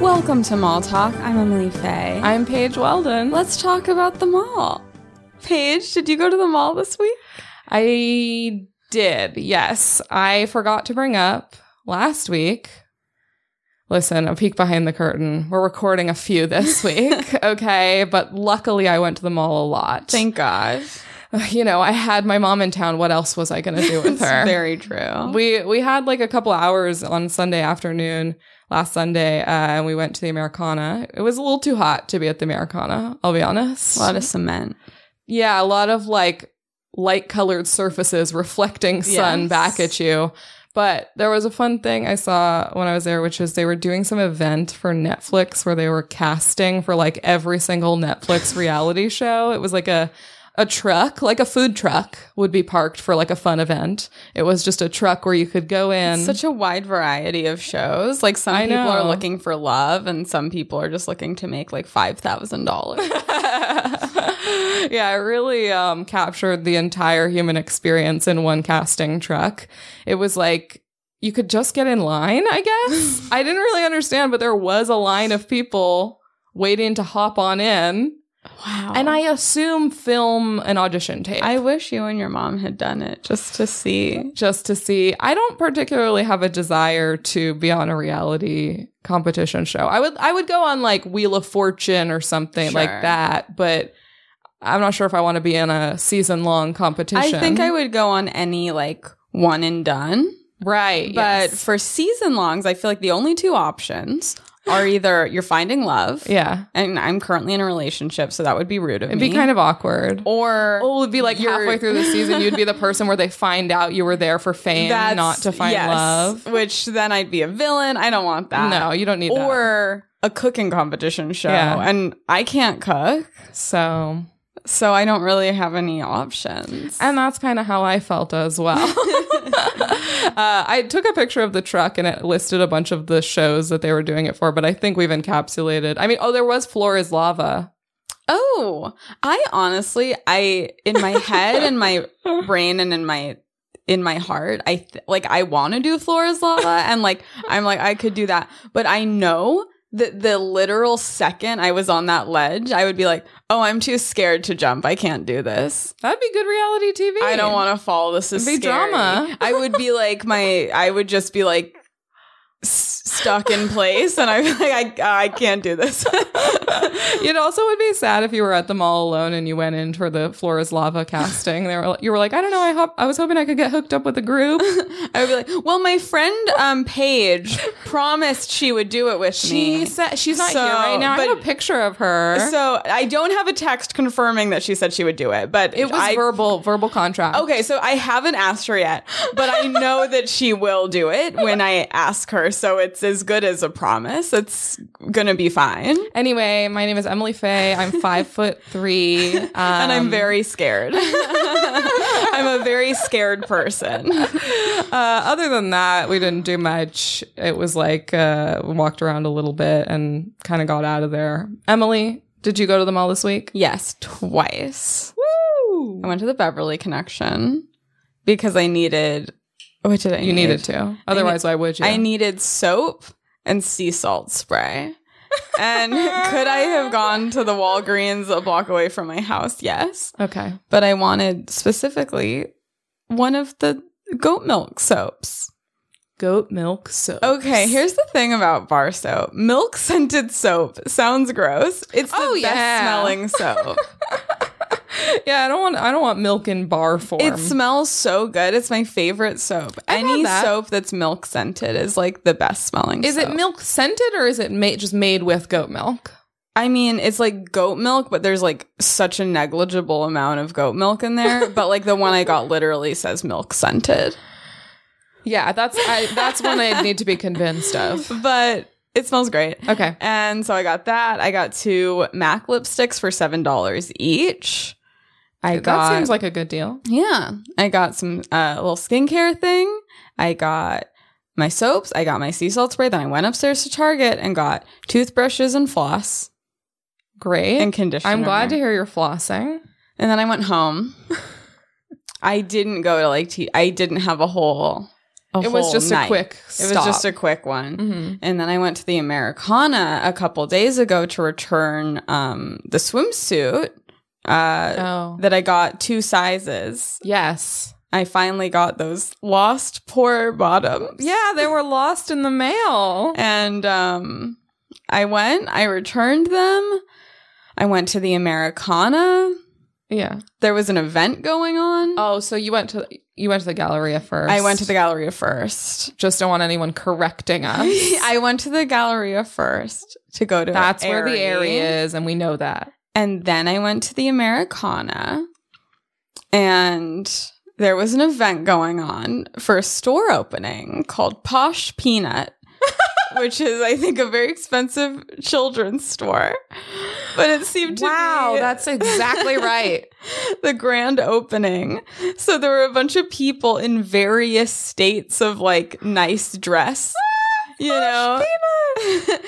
Welcome to Mall Talk. I'm Emily Faye. I'm Paige Weldon. Let's talk about the mall. Paige, did you go to the mall this week? I did, yes. I forgot to bring up last week. Listen, a peek behind the curtain. We're recording a few this week, okay? But luckily, I went to the mall a lot. Thank God. you know, I had my mom in town. What else was I going to do with It's her? very true. We we had like a couple hours on Sunday afternoon last Sunday, uh, and we went to the Americana. It was a little too hot to be at the Americana. I'll be honest. a lot of cement. yeah, a lot of like light colored surfaces reflecting sun Yes. back at you. But there was a fun thing I saw when I was there, which was they were doing some event for Netflix where they were casting for like every single Netflix reality show. It was like a a truck, like a food truck, would be parked for like a fun event. It was just a truck where you could go in. Such a wide variety of shows. Like some I people are know. looking for love, and some people are just looking to make like five thousand dollars. yeah, it really um, captured the entire human experience in one casting truck. It was like you could just get in line, I guess. I didn't really understand, but there was a line of people waiting to hop on in. Wow. And I assume film an audition tape. I wish you and your mom had done it just to see. just to see. I don't particularly have a desire to be on a reality competition show. I would I would go on like Wheel of Fortune or something Sure. like that, but I'm not sure if I want to be in a season long I competition. think I would go on any like one and done. right, But yes. for season longs, I feel like the only two options are either you're finding love, yeah, and I'm currently in a relationship, so that would be rude of it'd me. be kind of awkward. or Oh, it would be like you're- halfway through the season, you'd be the person where they find out you were there for fame, that's- not to find yes, love. which then I'd be a villain. I don't want that. No, you don't need that. or a cooking competition show, Yeah. and I can't cook, So, so I don't really have any options. and that's kind of how I felt as well. uh, I took a picture of the truck and it listed a bunch of the shows that they were doing it for, but I think we've encapsulated. I mean, oh, there was Floor is Lava. Oh, I honestly, I in my head, in my brain, and in my in my heart, I th- like I want to do Flora's lava, and like I'm like I could do that, but I know that the literal second I was on that ledge, I would be like, oh, I'm too scared to jump. I can't do this. That'd be good reality TV. I don't want to fall. This is It'd be scary." drama. I would be like my. I would just be like. s- Stuck in place, and I'm like, I, I can't do this. It also would be sad if you were at the mall alone and you went in for the Floor is Lava casting. They were, you were like, I don't know. I, hop- I was hoping I could get hooked up with a group. I would be like, well, my friend um, Paige promised she would do it with She me. said she's not So, here right now. I have but- a picture of her. So I don't have a text confirming that she said she would do it, but it was I, verbal, verbal contract. Okay, so I haven't asked her yet, but I know that she will do it when I ask her. So it's as good as a promise. It's gonna be fine, Anyway, my name is Emily Faye. I'm five foot three, um, and I'm very scared. I'm a very scared person. Uh, other than that, we didn't do much. It was like uh, we walked around a little bit and kind of got out of there. Emily, did you go to the mall this week? Yes, twice. Woo! I went to the Beverly Connection because I needed. What did I? You needed to. Otherwise, why would you? I needed soap and sea salt spray. and could I have gone to the Walgreens a block away from my house? Yes, okay. but I wanted specifically one of the goat milk soaps. Goat milk soap. Okay, here's the thing about bar soap. Milk scented soap sounds gross. It's the Oh, best yeah. smelling soap. Yeah, I don't want. I don't want milk in bar form. It smells so good. It's my favorite soap. I've had Any that. soap that's milk scented is like the best smelling. is it soap. milk scented or is it made just made with goat milk? I mean, it's like goat milk, but there's like such a negligible amount of goat milk in there. but like the one I got literally says milk scented. Yeah, that's I, that's one I need to be convinced of. But it smells great. Okay. And so I got that. I got two MAC lipsticks for seven dollars each. I got that seems like a good deal. Yeah. I got some uh, little skincare thing. I got my soaps. I got my sea salt spray. Then I went upstairs to Target and got toothbrushes and floss Great. and conditioner. I'm glad to hear you're flossing. And then I went home. I didn't go to like, t- I didn't have a whole a it was whole just night. a quick It was stop. just a Mm-hmm. quick one. Mhm. And then I went to the Americana a couple days ago to return um, the swimsuit uh, Oh. that I got two sizes. Yes. I finally got those lost poor bottoms. Yeah, they were lost in the mail. And um, I went, I returned them. I went to the Americana. Yeah. There was an event going on. Oh, so you went to you went to the Galleria first. I went to the Galleria first. Just don't want anyone correcting us. I went to the Galleria first to go to That's where the Aerie. area is, and we know that. And then I went to the Americana and there was an event going on for a store opening called Posh Peanut, which is, I think, a very expensive children's store. But it seemed to be exactly right. the grand opening. So there were a bunch of people in various states of like nice dress, you Oh,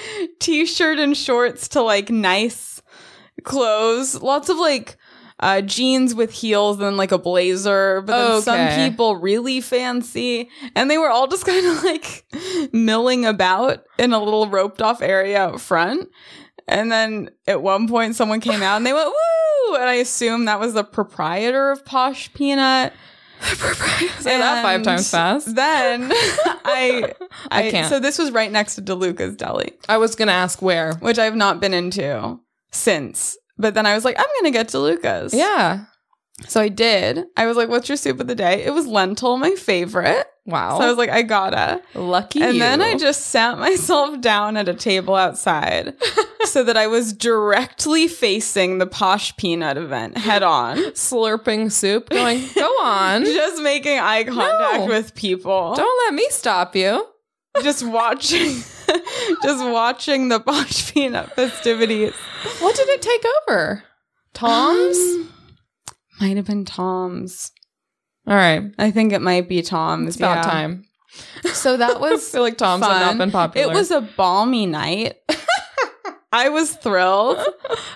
know, t shirt and shorts to like nice clothes, lots of like. Uh, jeans with heels and like a blazer, but then Okay. some people really fancy, and they were all just kind of like milling about in a little roped off area out front. And then at one point, someone came out and they went, woo! And I assume that was the proprietor of Posh Peanut. Say that five And times fast. Then I, I, I can't. So this was right next to DeLuca's Deli, I was gonna ask where. which I've not been into since. But then I was like, I'm going to get DeLuca's. Yeah. So I did. I was like, what's your soup of the day? It was lentil, my favorite. Wow. So I was like, I gotta. lucky. And then you. I just sat myself down at a table outside so that I was directly facing the Posh Peanut event head on, slurping soup, going, "Go on, just making eye contact No. with people, don't let me stop you." just watching. Just watching the Posh Peanut festivities. What did it take over? Tom's. Um, might have been Tom's. All right, I think it might be Tom's. it's about yeah. time. So that was I feel like Tom's have fun. not been popular. It was a balmy night. I was thrilled.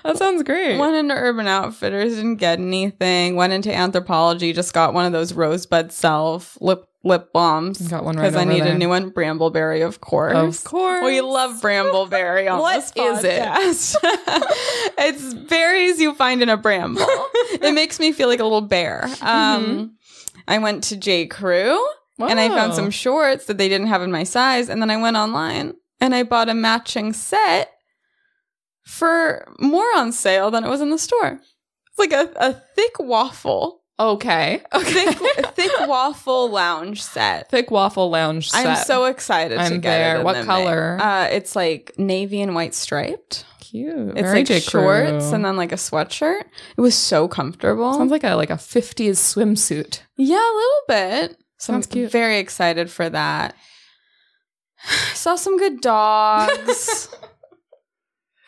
that sounds great. Went into Urban Outfitters, didn't get anything. Went into Anthropology, just got one of those rosebud self lip lip balms Got one right because I over need there. a new one. Brambleberry, of course. Of course. We love Brambleberry on What this is it? podcast. it's berries you find in a bramble. it makes me feel like a little bear. Mm-hmm. Um, I went to J. Crew and I found Wow. some shorts that they didn't have in my size. And then I went online and I bought a matching set for more on sale than it was in the store. It's like a, a thick waffle, Okay. thick, thick waffle lounge set. Thick waffle lounge set. I'm so excited to I'm get there. it. in What the May. color? Uh, it's like navy and white striped. cute. It's Very like J. Crew. shorts and then like a sweatshirt. It was so comfortable. sounds like a like a 50s swimsuit. Yeah, a little bit. So Sounds I'm cute. Very excited for that. Saw some good dogs.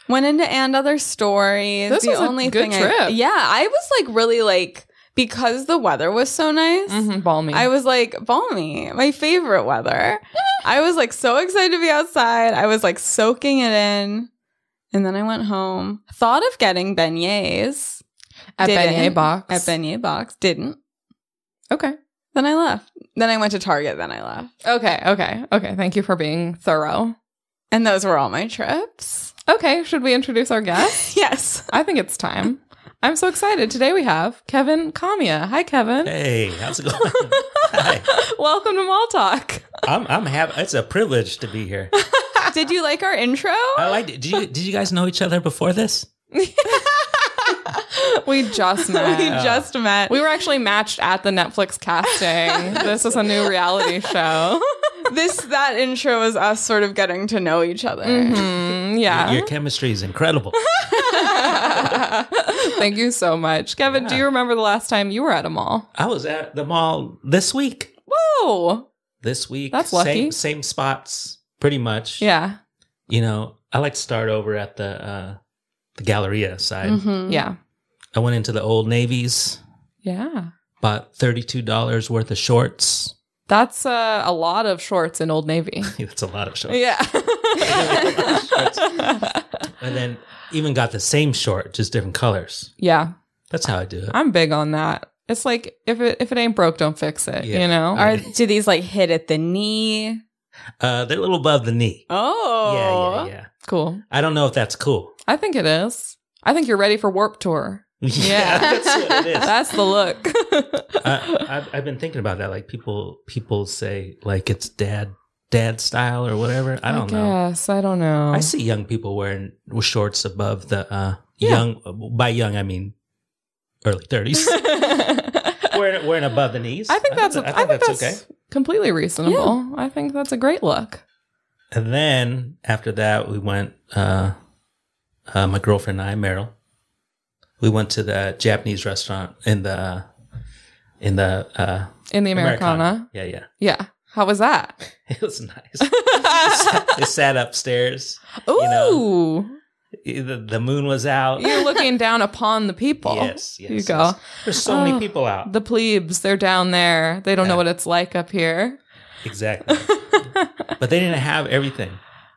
Went into and other stories. This the was a only good thing I, trip. yeah, I was like really like because the weather was so nice. Mhm, balmy. Mm-hmm. I was like balmy, my favorite weather. I was like so excited to be outside. I was like soaking it in. And then I went home. Thought of getting beignets at didn't- Beignet box. at beignet box. Didn't. okay. Then I left. Then I went to Target. Then I left. Okay. Okay. Okay. Thank you for being thorough. And those were all my trips. Okay. Should we introduce our guest? Yes. I think it's time. I'm so excited. Today we have Kevin Kamia. Hi, Kevin. Hey, how's it going? Hi. Welcome to Mall Talk. I'm I'm happy. It's a privilege to be here. Did you like our intro? I liked it. Did you did you guys know each other before this? We just we met. just met. We were actually matched at the Netflix casting. this is a new reality show. this that intro was us sort of getting to know each other. Mhm, yeah. Your chemistry is incredible. Thank you so much. Kevin, do you remember the last time you were at a mall? I was at the mall this week. Oh. Whoa. This week. That's lucky. Same, same spots, pretty much. Yeah. You know, I like to start over at the uh the Galleria side. Mm-hmm. Mhm. Yeah. I went into the old navies, Yeah. bought thirty two dollars worth of shorts. That's uh, a lot of shorts in Old Navy. That's a lot of shorts. Yeah. And then even got the same short, just different colors. yeah. That's how I do it. I'm big on that. It's like if it if it ain't broke, don't fix it. Yeah. You know. Are do these like hit at the knee? Uh, they're a little above the knee. Oh, Yeah, yeah, yeah. Cool. I don't know if that's cool. I think it is. I think you're ready for Warp Tour. Yeah. that's what it is. That's the look. I, I've, I've been thinking about that. Like people, people say like it's dad, dad style or whatever. I don't know. Yes, I don't know. I see young people wearing shorts above the uh, Yeah. young. By young, I mean early thirties. wearing wearing above the knees. I think that's. I think, I think that's okay. completely reasonable. I think that's a great look. And then after that, we went. Uh, uh, my girlfriend and I, Meryl, we went to the Japanese restaurant in the in the uh, In the Americana. Yeah, yeah, Yeah. How was that? it was nice. they sat upstairs. Ooh. You know. The, the moon was out. You're looking down upon the people. Yes, yes. You yes. go. There's so Oh, many people out. The plebes, they're down there. They don't know Yeah. what it's like up here. exactly. but they didn't have everything.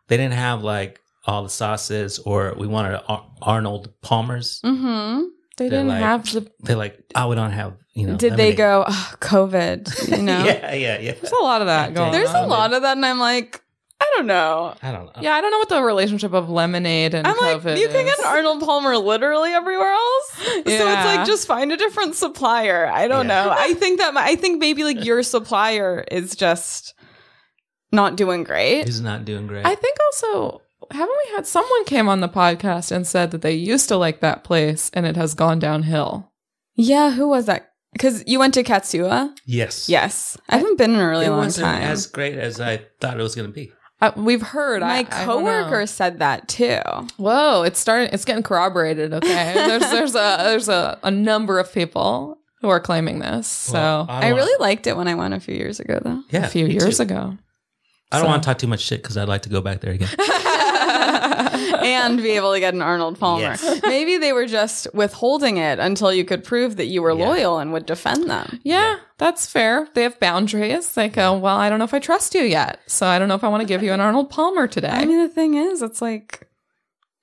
They didn't have like all the sauces, or we wanted Ar- Arnold Palmer's. Mm-hmm. They They're didn't like- have the. They're like, oh, we don't have, you know. Did they lemonade." go "Ugh, COVID? You know, Yeah, yeah, yeah. There's a lot of that going there's a on. lot of that, and I'm like, I don't know. I don't know. Yeah, I don't know what the relationship of lemonade and I'm COVID like, you can get is. an Arnold Palmer literally everywhere else. So it's Yeah. like just find a different supplier. I don't Yeah. know. I think that my, I think maybe like your supplier is just not doing great. He's not doing great. I think also, haven't we had someone came on the podcast and said that they used to like that place and it has gone downhill? Yeah, who was that? Because you went to Katsua. yes. Yes, I haven't been in a really it long wasn't time. as great as I thought it was going to be. Uh, we've heard I- my I don't know. coworker said that too. Oh, Whoa, it's starting. It's getting corroborated. Okay, there's there's a there's a, a number of people who are claiming this. So Well, I, don't really wanna- liked it when I went a few years ago, though. yeah, a few me years too. ago, I don't so- want to talk too much shit because I'd like to go back there again. and be able to get an Arnold Palmer. Yes. Maybe they were just withholding it until you could prove that you were Yeah. loyal and would defend them. yeah, that's fair. They have boundaries. Like, uh, well, I don't know if I trust you yet, so I don't know if I want to give you an Arnold Palmer today. I mean, the thing is, it's like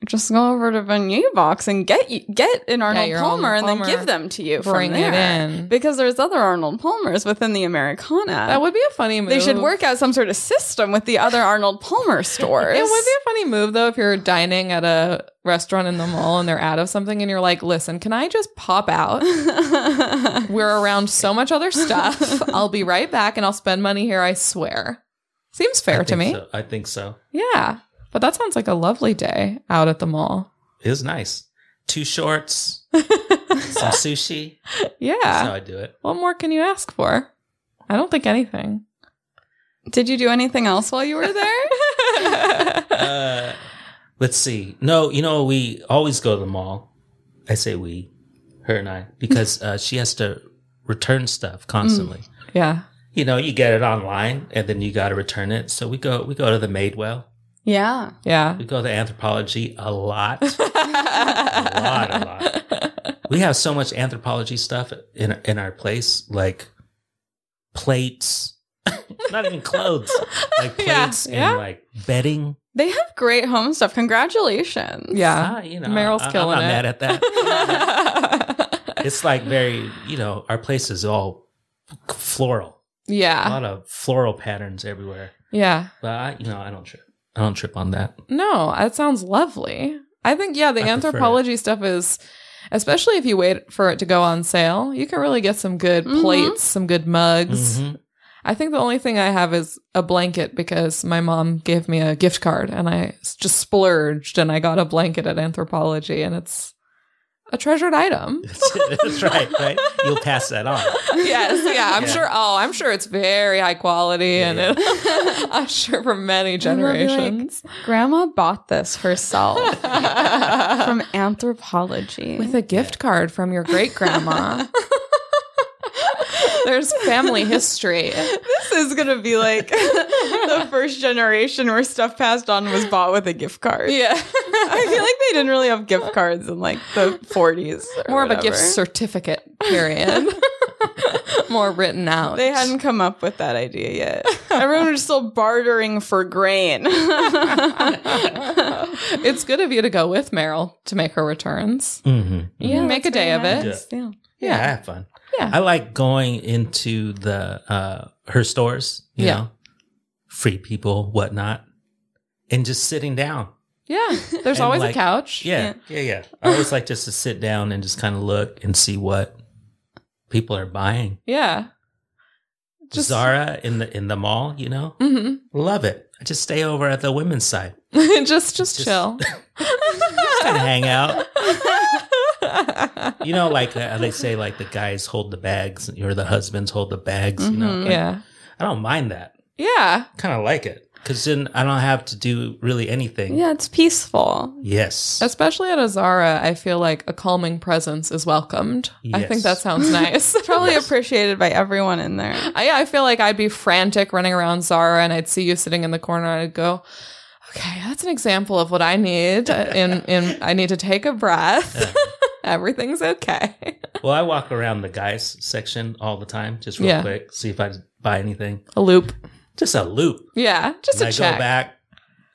just go over to Venue Box and get you, get an Arnold your Palmer Arnold and then Palmer. give them to you bring from there. it in. Because there's other Arnold Palmers within the Americana. that would be a funny move. Uh, they should work out some sort of system with the other Arnold Palmer stores. It would be a funny move though if you're dining at a restaurant in the mall and they're out of something and you're like, listen, can I just pop out? We're around so much other stuff. I'll be right back and I'll spend money here, I swear. Seems I fair to me. think so. I think so. Yeah. But that sounds like a lovely day out at the mall. It was nice. Two shorts, some sushi. Yeah. That's how I do it. what more can you ask for? I don't think anything. Did you do anything else while you were there? Uh, let's see. No, you know we always go to the mall. I say we, her and I, because uh, she has to return stuff constantly. Mm. yeah. You know, you get it online and then you got to return it. So we go we go to the Madewell. yeah. Yeah. We go to anthropology a lot, a lot, a lot. We have so much anthropology stuff in in our place, like plates, not even clothes, like Yeah, plates yeah. and like bedding. They have great home stuff. Congratulations. Yeah. Ah, you know, Uh, Meryl's I- I'm killing not it. mad at that. it's like very, you know, our place is all floral, a yeah. lot of floral patterns everywhere. Yeah. But I, you know, I don't trip. I don't trip on that. No, that sounds lovely. I think yeah, the I prefer anthropology stuff is especially if you wait for it to go on sale, you can really get some good Mhm. plates, some good mugs. Mhm. I think the only thing I have is a blanket because my mom gave me a gift card and I s- just splurged and I got a blanket at anthropology and it's a treasured item. That's right, right? You'll pass that on. yes, yeah, I'm Yeah. sure oh, I'm sure it's very high quality and yeah. it, I'm sure for many they'll be like- generations. Grandma bought this herself from anthropology. with a gift card from your great grandma. There's family history. this is going to be like the first generation where stuff passed on was bought with a gift card. Yeah. I feel like they didn't really have gift cards in like the 40s. or More of a gift whatever. certificate, period. More written out. They hadn't come up with that idea yet. Everyone was still bartering for grain. it's good of you to go with Meryl to make her returns. Mm-hmm. Make a day of it. Yeah. Yeah, I have fun. Yeah. I like going into the uh her stores, you Yeah. know, free people, whatnot, and just sitting down. Yeah. There's And, always like, a couch. Yeah, yeah, yeah. I always like just to sit down and just kind of look and see what people are buying. Yeah. Just- Zara in the in the mall, you know, hmm love it. I just stay over at the women's side, just, just Just- chill. kind of hang out. You know, like uh, they say, like the guys hold the bags or the husbands hold the bags. You know, Mhm. Like, yeah. I don't mind that. Yeah. Kind of like it because then I don't have to do really anything. Yeah, it's peaceful. Yes. Especially at Azara, I feel like a calming presence is welcomed. I think Yes. that sounds nice. Probably appreciated by everyone in there. I, I feel like I'd be frantic running around Zara and I'd see you sitting in the corner and I'd go, okay, that's an example of what I need. And, and I need to take a breath. Everything's okay. well, I walk around the guys section all the time, just real Yeah. quick, see if I buy anything. A loop. Just a loop. Yeah. Just and a I check. go back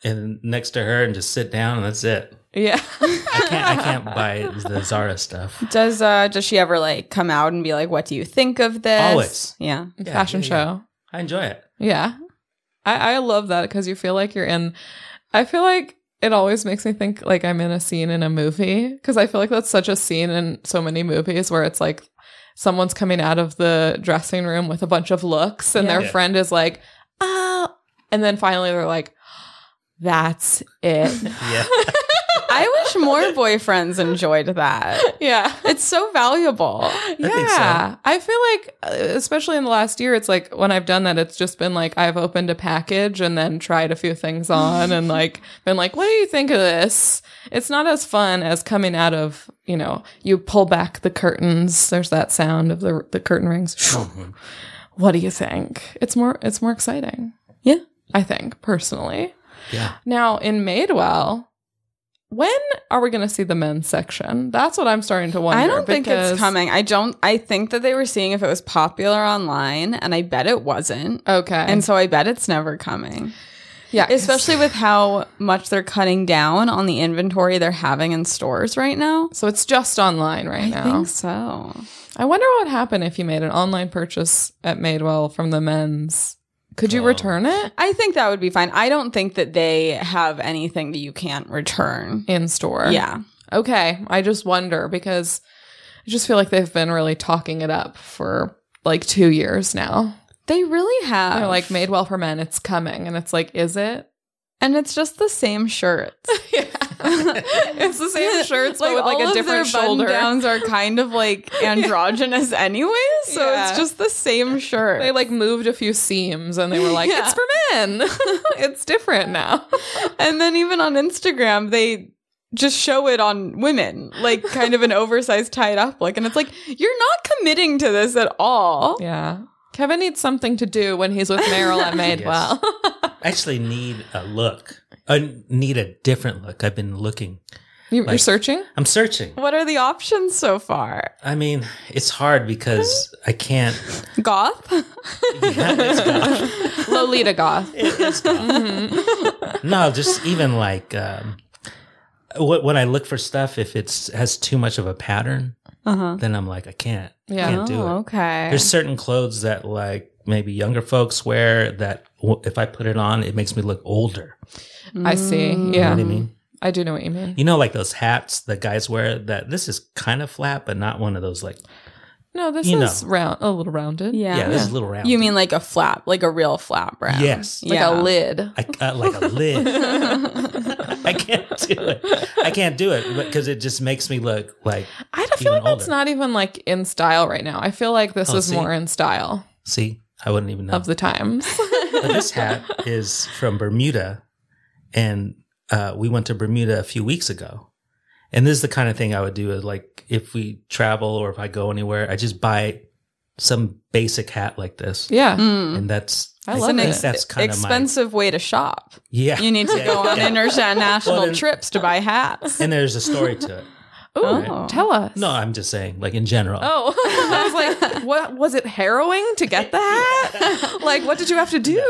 and next to her and just sit down, and that's it. Yeah. I can't. I can't buy the Zara stuff. Does uh does she ever like come out and be like, "What do you think of this?" Always. Yeah. Yeah, Fashion yeah, yeah. show. I enjoy it. Yeah. I, I love that because you feel like you're in. I feel like it always makes me think like I'm in a scene in a movie because I feel like that's such a scene in so many movies where it's like someone's coming out of the dressing room with a bunch of looks and their Yeah. friend is like, oh. And then finally they're like, that's it. Yeah. I wish more boyfriends enjoyed that. yeah. It's so valuable. yeah, think so. I feel like, uh, especially in the last year, it's like when I've done that, it's just been like I've opened a package and then tried a few things on and like been like, what do you think of this? It's not as fun as coming out of, you know, you pull back the curtains. There's that sound of the the curtain rings. what do you think? It's more it's more exciting. Yeah. I think personally. yeah. Now in Madewell. When are we going to see the men's section? That's what I'm starting to wonder. I don't think because- it's coming. I don't I think that they were seeing if it was popular online and I bet it wasn't. Okay. And so I bet it's never coming. Yeah, 'cause- Especially with how much they're cutting down on the inventory they're having in stores right now. so it's just online right I now. think so. I wonder what would happen if you made an online purchase at Madewell from the men's. Could you Oh. return it I think that would be fine. I don't think that they have anything that you can't return. in store? Yeah. Okay. I just wonder because I just feel like they've been really talking it up for like two years now. They really have. They're like Madewell for men, it's coming, and it's like, is it? and it's just the same shirts. Yeah. it's the same shirts, but with like all a of different their shoulder. Downs are kind of like androgynous anyway, so Yeah. it's just the same shirt. They like moved a few seams, and they were like, Yeah. "It's for men. it's different now." and then even on Instagram, they just show it on women, like kind of an oversized tied up look, and it's like you're not committing to this at all. Yeah. Kevin needs something to do when he's with Meryl at Madewell. I actually need a look. I need a different look. I've been looking. you, you're Like- searching? I'm searching. What are the options so far? I mean, it's hard because I can't. Goth? Yeah, it's goth. Lolita Goth. It is goth. No, just even like um, wh- when I look for stuff, if it's has too much of a pattern, Uh Uh-huh. huh. then I'm like, I can't. Yeah. Can't do it. Oh, okay. There's certain clothes that like maybe younger folks wear that w- if I put it on, it makes me look older. I see. Mm. You know Yeah. what I mean? I do know what you mean. You know, like those hats that guys wear that this is kind of flat, but not one of those like, No, this You is round, a little rounded. Yeah. yeah, this is a little round. You mean like a flap, like a real flap wrap? Yes. Like a lid. I, uh, like a lid. I can't do it. I can't do it because it just makes me look like, I don't feel like Even that's older. not even like in style right now. I feel like this Oh, is see? more in style see, I wouldn't even know. of the times. but this hat is from Bermuda, and uh, we went to Bermuda a few weeks ago. And this is the kind of thing I would do is like if we travel or if I go anywhere, I just buy some basic hat like this, yeah. Mm. and that's I It's love an it. ex- That's kinda my- expensive way to shop. yeah. You need to Yeah, go on yeah. international Well, then- trips to buy hats. And there's a story to it. Ooh, Oh. tell us. No, I'm just saying, like in general. Oh, I was like, what was it harrowing to get the hat? like, what did you have to do?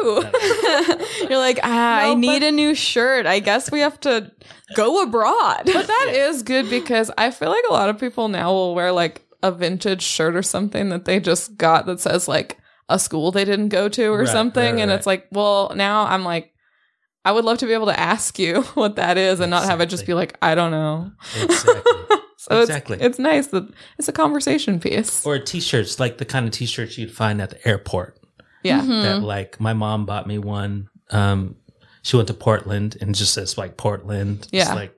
You're like, ah, I No, but- need a new shirt. I guess we have to go abroad. But that is good because I feel like a lot of people now will wear like a vintage shirt or something that they just got that says like a school they didn't go to or Right, something. right, and right. it's like, well, now I'm like, I would love to be able to ask you what that is and not have it just be Exactly. like, I don't know. Exactly. So Exactly. it's, it's nice that it's a conversation piece. or t-shirts, like the kind of t-shirts you'd find at the airport. yeah. Mm-hmm. That like my mom bought me one. Um, she went to Portland and just says like Portland. It's Yeah. like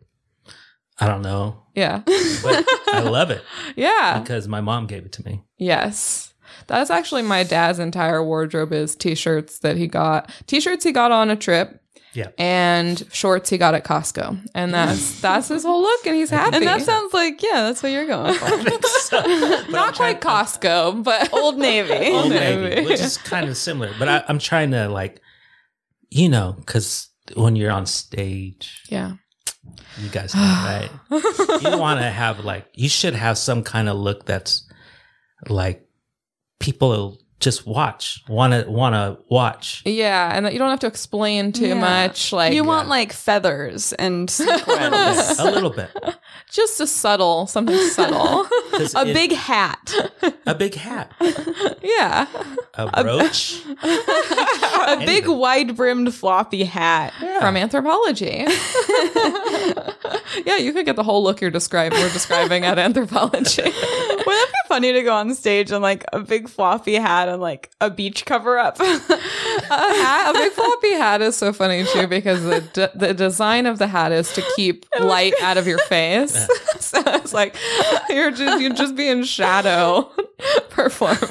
I don't know, Yeah. but I love it Yeah. because my mom gave it to me. Yes. That's actually my dad's entire wardrobe is t-shirts that he got. T-shirts he got on a trip. Yeah. And shorts he got at Costco. And that's that's his whole look and he's happy. And that sounds like yeah, that's what you're going for. I think so. But I'm not trying- Oh, quite Costco, but Old Navy. Old Navy. Navy, which is kind of similar. But I, I'm trying to like, you know, because when you're on stage, Yeah. you guys know, right? you want to have like you should have some kind of look that's like people just watch want to want to watch Yeah, and that you don't have to explain too Yeah. much like you yeah. want like feathers and a little bit, sequins. a little bit. just a subtle, something subtle. 'Cause a it- big hat, a big hat yeah. a brooch a big Anything. wide brimmed floppy hat. From anthropology. yeah, you could get the whole look you're describing we're describing at anthropology. Wouldn't that be funny to go on stage and like a big floppy hat and like a beach cover up? a hat, a big floppy hat is so funny too because the de- the design of the hat is to keep light out of your face. so it's like you're just you just be in shadow performing.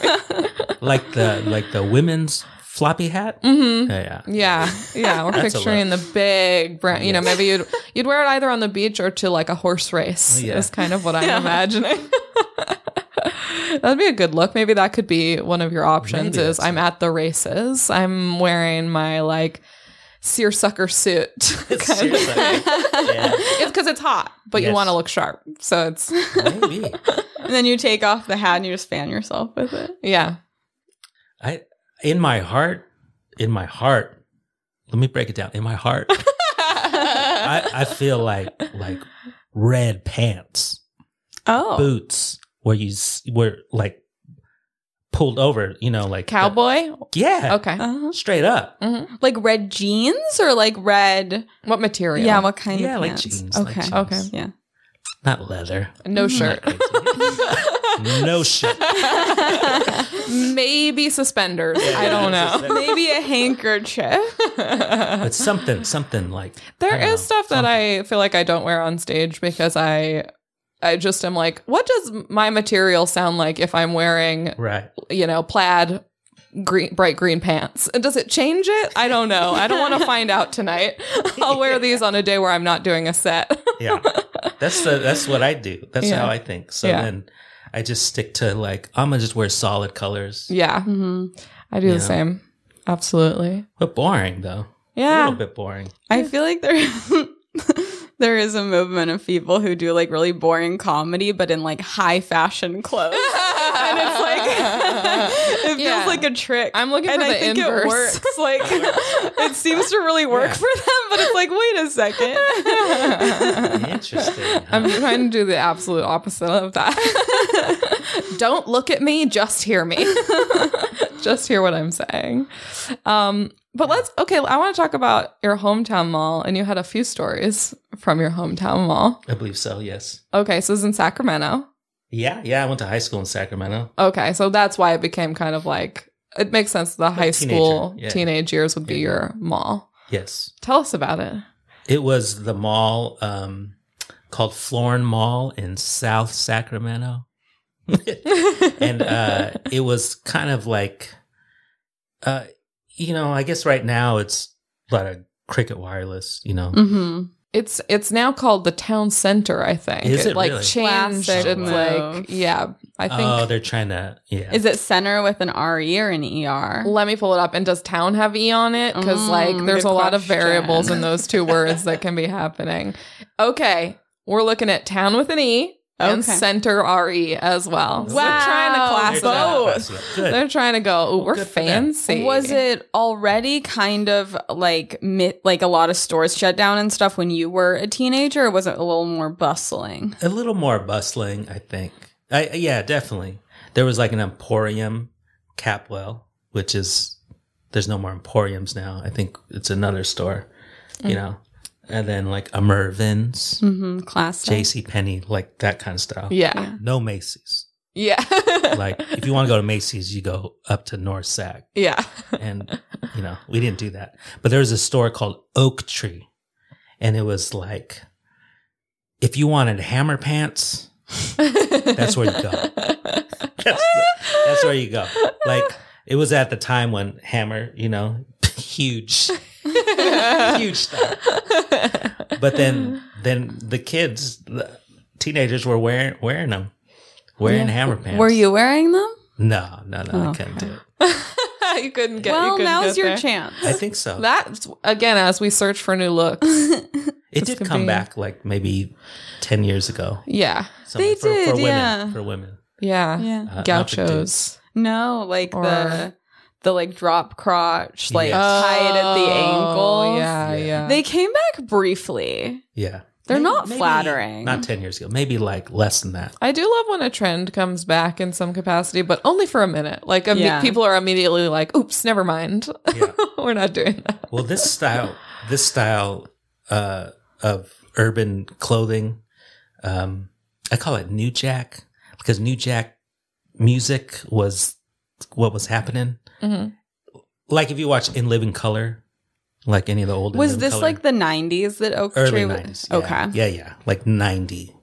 like the like the women's floppy hat Mm-hmm. hmm yeah, yeah. Yeah, yeah. We're That's a picturing the big brown. You know, Yes. maybe you'd you'd wear it either on the beach or to like a horse race. Oh, Yeah. Is kind of what I'm Yeah. imagining. That'd be a good look. Maybe that could be one of your options. Maybe is that's I'm it. at the races. I'm wearing my like seersucker suit. kind of Seriously. Yeah. it's because it's hot, but you Yes. want to look sharp. So it's maybe and then you take off the hat and you just fan yourself with it. yeah. i in my heart in my heart let me break it down in my heart I, I feel like like red pants, Oh, boots, where you s- were like pulled over, you know, like Cowboy. yeah, Okay. Mm-hmm. Uh-huh. straight up, like red jeans or like red? What material? Yeah, what kind yeah, of like pants? jeans, like Okay, Oh, jeans. Okay. yeah. not leather, No Mm. shirt. no Oh, shit. Maybe suspenders. I don't know. Maybe a handkerchief. but something, something like I There don't is know, stuff that something. I feel like I don't wear on stage because I I just am like, what does my material sound like if I'm wearing, right. you know, plaid green bright green pants? And Does it change it? I don't know. I don't want to find out tonight. I'll wear these on a day where I'm not doing a set. Yeah, that's the that's what I do. That's Yeah. how I think. So Yeah. then I just stick to like I'm gonna just wear solid colors, yeah. Mm-hmm. I do Yeah. the same. Absolutely. but boring though. A Yeah. little bit boring. I feel like there there is a movement of people who do like really boring comedy, but in like high fashion clothes, and it's like it feels Yeah. like a trick. I'm looking and for I the think inverse. it works. Like it seems to really work Yeah. for them, but it's like wait a second. Interesting. huh? I'm trying to do the absolute opposite of that. Don't look at me, just hear me. just hear what I'm saying. Um, but let's okay, I want to talk about your hometown mall and you had a few stories from your hometown mall. I believe so. Yes. Okay, so it's in Sacramento. Yeah, yeah. I went to high school in Sacramento. Okay, so that's why it became kind of like it makes sense the high teenager, school yeah. teenage years would be Yeah. your mall. Yes, Tell us about it. it was the mall um, called Florin Mall in South Sacramento, and uh, it was kind of like, uh, you know, I guess right now it's like a cricket wireless. You know, mm-hmm. It's it's now called the town center, I think. Is it like really? changed. Classic It's move. like yeah, I think. oh, they're trying to yeah. Is it center with an re or an er? let me pull it up. And does town have e on it? Because Mm, like there's a good lot of question. variables in those two words that can be happening. Okay, we're looking at town with an e and Okay. center re as well. So they're trying to Wow, class They're trying to both. class it up. Good. They're trying to go. Ooh, we're good for them. fancy. Was it already kind of like mi- like a lot of stores shut down and stuff when you were a teenager, or was it a little more bustling? a little more bustling, I think. I, yeah, definitely. There was like an Emporium Capwell, which is there's no more Emporiums now. I think it's another store, you know. And then like a Mervin's, Mm-hmm. Classic. J.C. Penney, like that kind of style. Yeah. No Macy's. Yeah. Like if you want to go to Macy's, you go up to North Sac. yeah. and you know we didn't do that but there was a store called oak tree and it was like if you wanted hammer pants That's where you go. that's, that's where you go like it was at the time when hammer you know huge huge stuff but then then the kids the teenagers were wearing wearing them wearing Yeah. hammer pants Were you wearing them? no no no i Oh. couldn't do it you couldn't get. you well, couldn't now's get your there. chance. i think so That's again as we search for new looks. it This did could come be- back like maybe 10 years ago Yeah. So They for, did, for women, yeah. for women. Yeah. yeah. Uh, not for dudes. Gauchos. No, like the the like drop crotch, like Yes. tied at the Oh, ankles. Yeah, Yeah. yeah. They came back briefly. Yeah, They're Maybe- not maybe flattering. Not 10 years ago, maybe like less than that. I do love when a trend comes back in some capacity, but only for a minute. Like imme- Yeah. people are immediately like, "Oops, never mind. Yeah. We're not doing that." well, this style, this style uh, of urban clothing, um, I call it New Jack because New Jack music was what was happening. Mhm. Like if you watch In Living Color, like any of the old In Was Living this Color- like the 90s that Oak early Tree was? 90s? yeah. Okay. Yeah, yeah, like 90.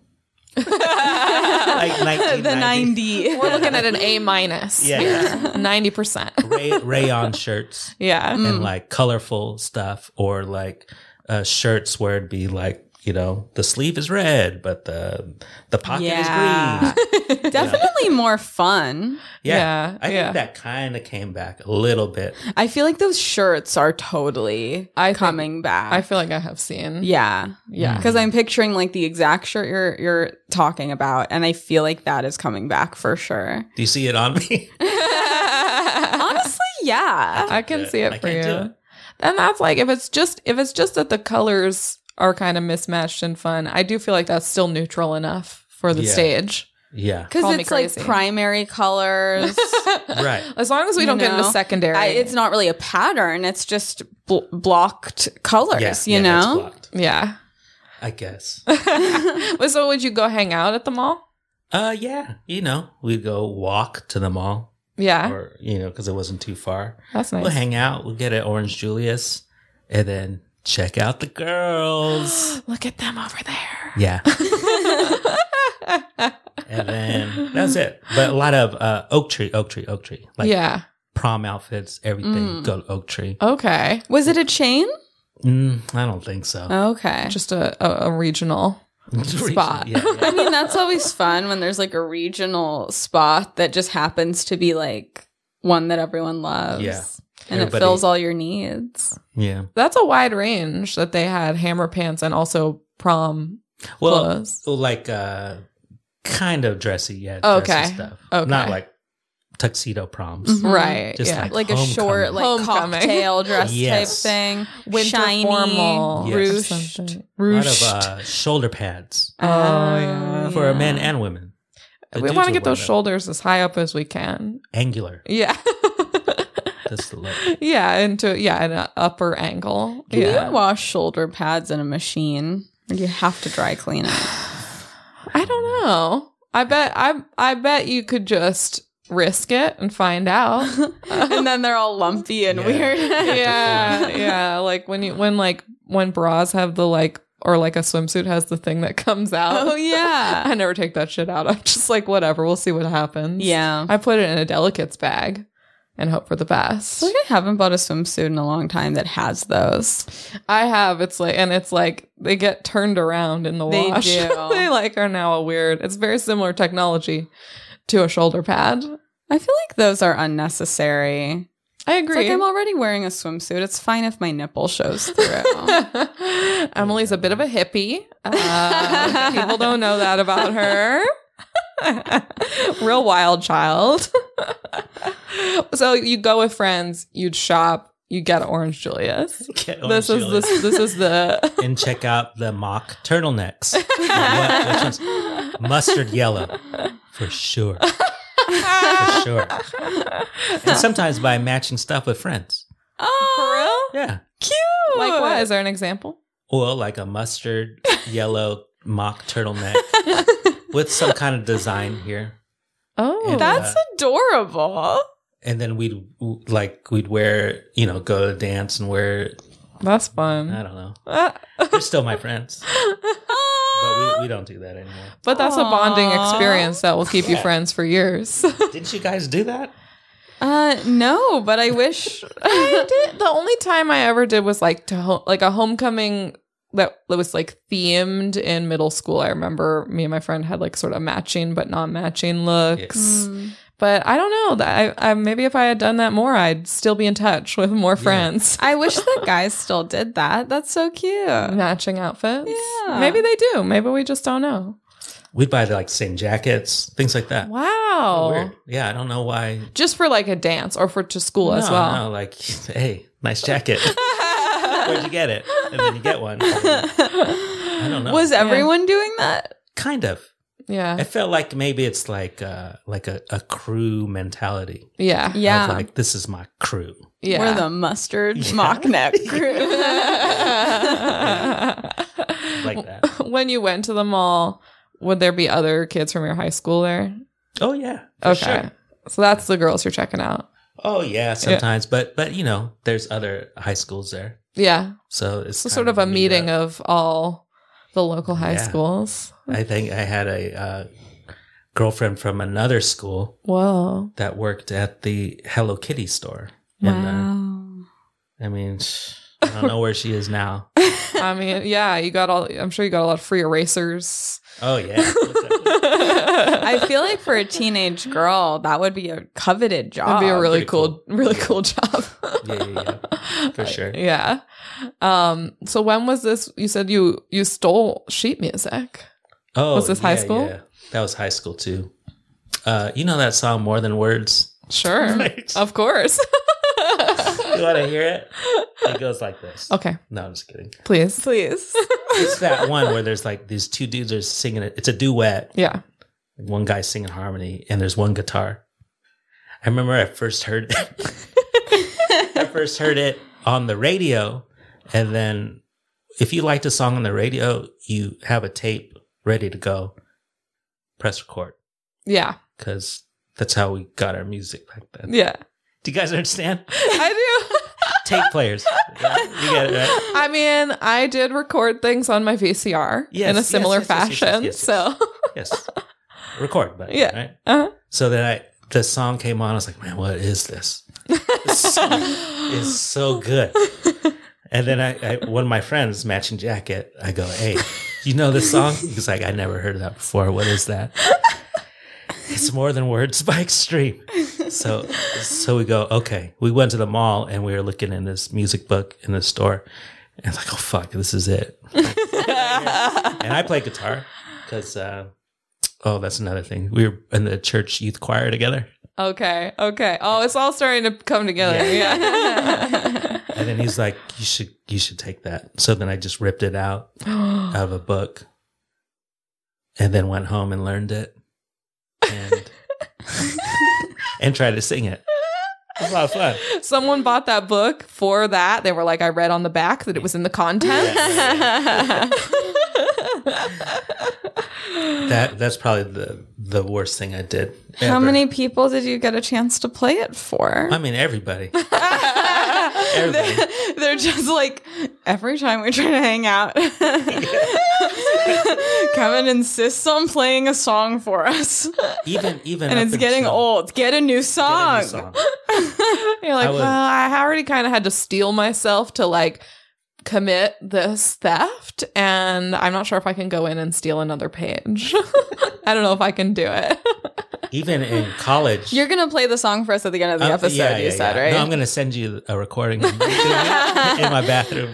Like the 1990. 90. We're looking at an A minus. Yeah. ninety percent. Ray- rayon shirts. Yeah, Mm. and like colorful stuff or like uh, shirts where it'd be like you know the sleeve is red but the the pocket Yeah. is green Definitely more fun. yeah, Yeah, i think yeah. that kind of came back a little bit I feel like those shirts are totally I think- coming back. I feel like I have seen. yeah. yeah. Because I'm picturing like the exact shirt you're you're talking about, and I feel like that is coming back for sure. do you see it on me Honestly, yeah. I can Yeah, see it I for can't do you. it. And that's like if it's just if it's just that the colors are kind of mismatched and fun. I do feel like that's still neutral enough for the Yeah. stage. yeah Because Call me it's like crazy. primary colors. right As long as we You don't get know? into secondary, I, it's not really a pattern. It's just bl- blocked colors. yeah, you yeah, it's know. blocked, yeah. i guess But so would you go hang out at the mall? uh yeah you know we'd go walk to the mall Yeah, or you know because it wasn't too far that's we'll nice. hang out we'll get an orange julius and then check out the girls Look at them over there. yeah and then that's it. But a lot of uh, oak tree, oak tree, oak tree. Like yeah. prom outfits, everything. Mm. Go to oak tree. Okay. Was it a chain? Mm, I don't think so. Uh, Okay. Just a, a, a regional. spot. Yeah, I yeah. mean, that's always fun when there's like a regional spot that just happens to be like one that everyone loves. Yeah. And Everybody- it fills all your needs. yeah. That's a wide range that they had hammer pants and also prom Well, clothes. like uh, kind of dressy, yeah. Okay. Dressy stuff. Okay. Mm-hmm. Not like tuxedo proms. Mhm. Right. Just yeah. like- Like a Homecoming. short, like Homecoming. cocktail dress type Yes. thing. Winter shiny, formal. Yes. ruched. or something. A lot of Ruched. uh, shoulder pads Oh, yeah. for yeah. men and women. The we dudes want to will get those wear them. shoulders as high up as we can. Angular. Yeah. That's the look. yeah. Into, yeah, an upper angle. Can yeah. you wash shoulder pads in a machine? Or do you have to dry clean it? I don't know. I bet I I bet you could just risk it and find out. and then they're all lumpy and Yeah. weird. yeah, yeah. Like when you when like when bras have the like or like a swimsuit has the thing that comes out. Oh, yeah. I never take that shit out. I'm just like whatever. We'll see what happens. Yeah. I put it in a delicates bag and hope for the best. I feel like I haven't bought a swimsuit in a long time that has those. I have. It's like, and it's like they get turned around in the They wash. do. they like are now a weird. It's very similar technology to a shoulder pad. I feel like those are unnecessary. I It's agree. like I'm already wearing a swimsuit. It's fine if my nipple shows through. Emily's a bit of a hippie. Uh, people don't know that about her. Real wild child. so you go with friends, you'd shop, you get Orange Julius. Get this orange is Julius. this this is the and check out the mock turtlenecks. What- which one's- mustard yellow for sure. for sure. And sometimes by matching stuff with friends. Oh, Yeah. cute. Like what? Is there an example? Well, like a mustard yellow mock turtleneck with some kind of design here. Oh, That- That's adorable. And then we'd like we'd wear, you know, go to dance and wear that's I fun. don't know. Uh, They're still my friends. But we, we don't do that anymore. But that's a bonding Aw. experience that will keep you Yeah. friends for years. Didn't you guys do that? Uh, no, but I wish. I did. The only time I ever did was like to ho- like a homecoming that that was like themed in middle school. I remember me and my friend had like sort of matching but not matching looks. But I don't know that I, I maybe if I had done that more, I'd still be in touch with more Yeah. friends. I wish that guys still did that. That's so cute. Matching outfits. Yeah. Maybe they do. Maybe we just don't know. We'd buy like same jackets, things like that. Wow. Weird. Yeah, I don't know why. Just for like a dance or for to school as No, well. no, like, hey, nice jacket. Where'd you get it? And then you get one. I don't know. Was Yeah. everyone doing that? kind of. I Yeah. felt like maybe it's like uh like a, a crew mentality. Yeah. of Yeah. like this is my crew. Yeah. We're the mustard Yeah. mock neck crew. Like that. when you went to the mall, would there be other kids from your high school there? Oh yeah. for okay. sure. So that's the girls you're checking out. Oh yeah, sometimes. But but you know, there's other high schools there. Yeah. So it's So kind sort of a meeting meetup. of all the local high Yeah. schools. I think I had a uh, girlfriend from another school Whoa. that worked at the Hello Kitty store. And uh, I mean, I don't know where she is now. I mean, yeah, you got all I'm sure you got a lot of free erasers. Oh yeah. I I feel like for a teenage girl, that would be a coveted job. That'd be a really Ah, pretty cool, really cool job. Yeah, yeah, yeah. For sure. yeah. Um, so when was this? You said you you stole sheet music. Oh, Was this high yeah, school? yeah. That was high school too. Uh, you know that song "More Than Words." Sure, Right. of course. You want to hear it? It goes like this. okay, No, I'm just kidding. please. Please. It's that one where there's like these two dudes are singing it. It's a duet. Yeah. One guy singing harmony, and there's one guitar. I remember I first heard. I first heard it on the radio, and then if you liked a song on the radio, you have a tape ready to go. Press record Yeah. because that's how we got our music back then. Yeah. Do you guys understand? I do. Tape players. Yeah, you get it, right? I mean, I did record things on my VCR Yes, in a yes, similar yes, yes, yes, fashion. yes, yes, So, Yes. Record button. Yeah. Right? Uh-huh. So then I, the song came on. I was like, man, what is this? This song is so good. And then I, I, one of my friends, matching jacket, I go, hey, you know this song? He's like, I never heard that before. What is that? It's more than words by extreme. So, so we go, okay. We went to the mall and we were looking in this music book in the store. And it's like, oh, fuck, this is it. and I play guitar because, uh, oh, that's another thing. We were in the church youth choir together. okay, okay. Oh, it's all starting to come together. Yeah. Yeah. And then he's like, you should, you should take that. So then I just ripped it out Oh. out of a book and then went home and learned it and, and tried to sing it. It was a lot of fun. Someone bought that book for that. They were like, I read on the back that it was in the content. That, that's probably the, the worst thing I did. How ever. many people did you get a chance to play it for? I mean, everybody. everybody. They're just like every time we try to hang out, Kevin insists on playing a song for us, Even, even. and up it's getting until- old. Get a new getting song. a song. You're like, I was- well, I already kind of had to steel myself to like commit this theft, and I'm not sure if I can go in and steal another page. I don't know if I can do it. Even in college. You're gonna play the song for us at the end of the Uh, episode. yeah, you yeah, said yeah. right? No, I'm going to send you a recording in my bathroom.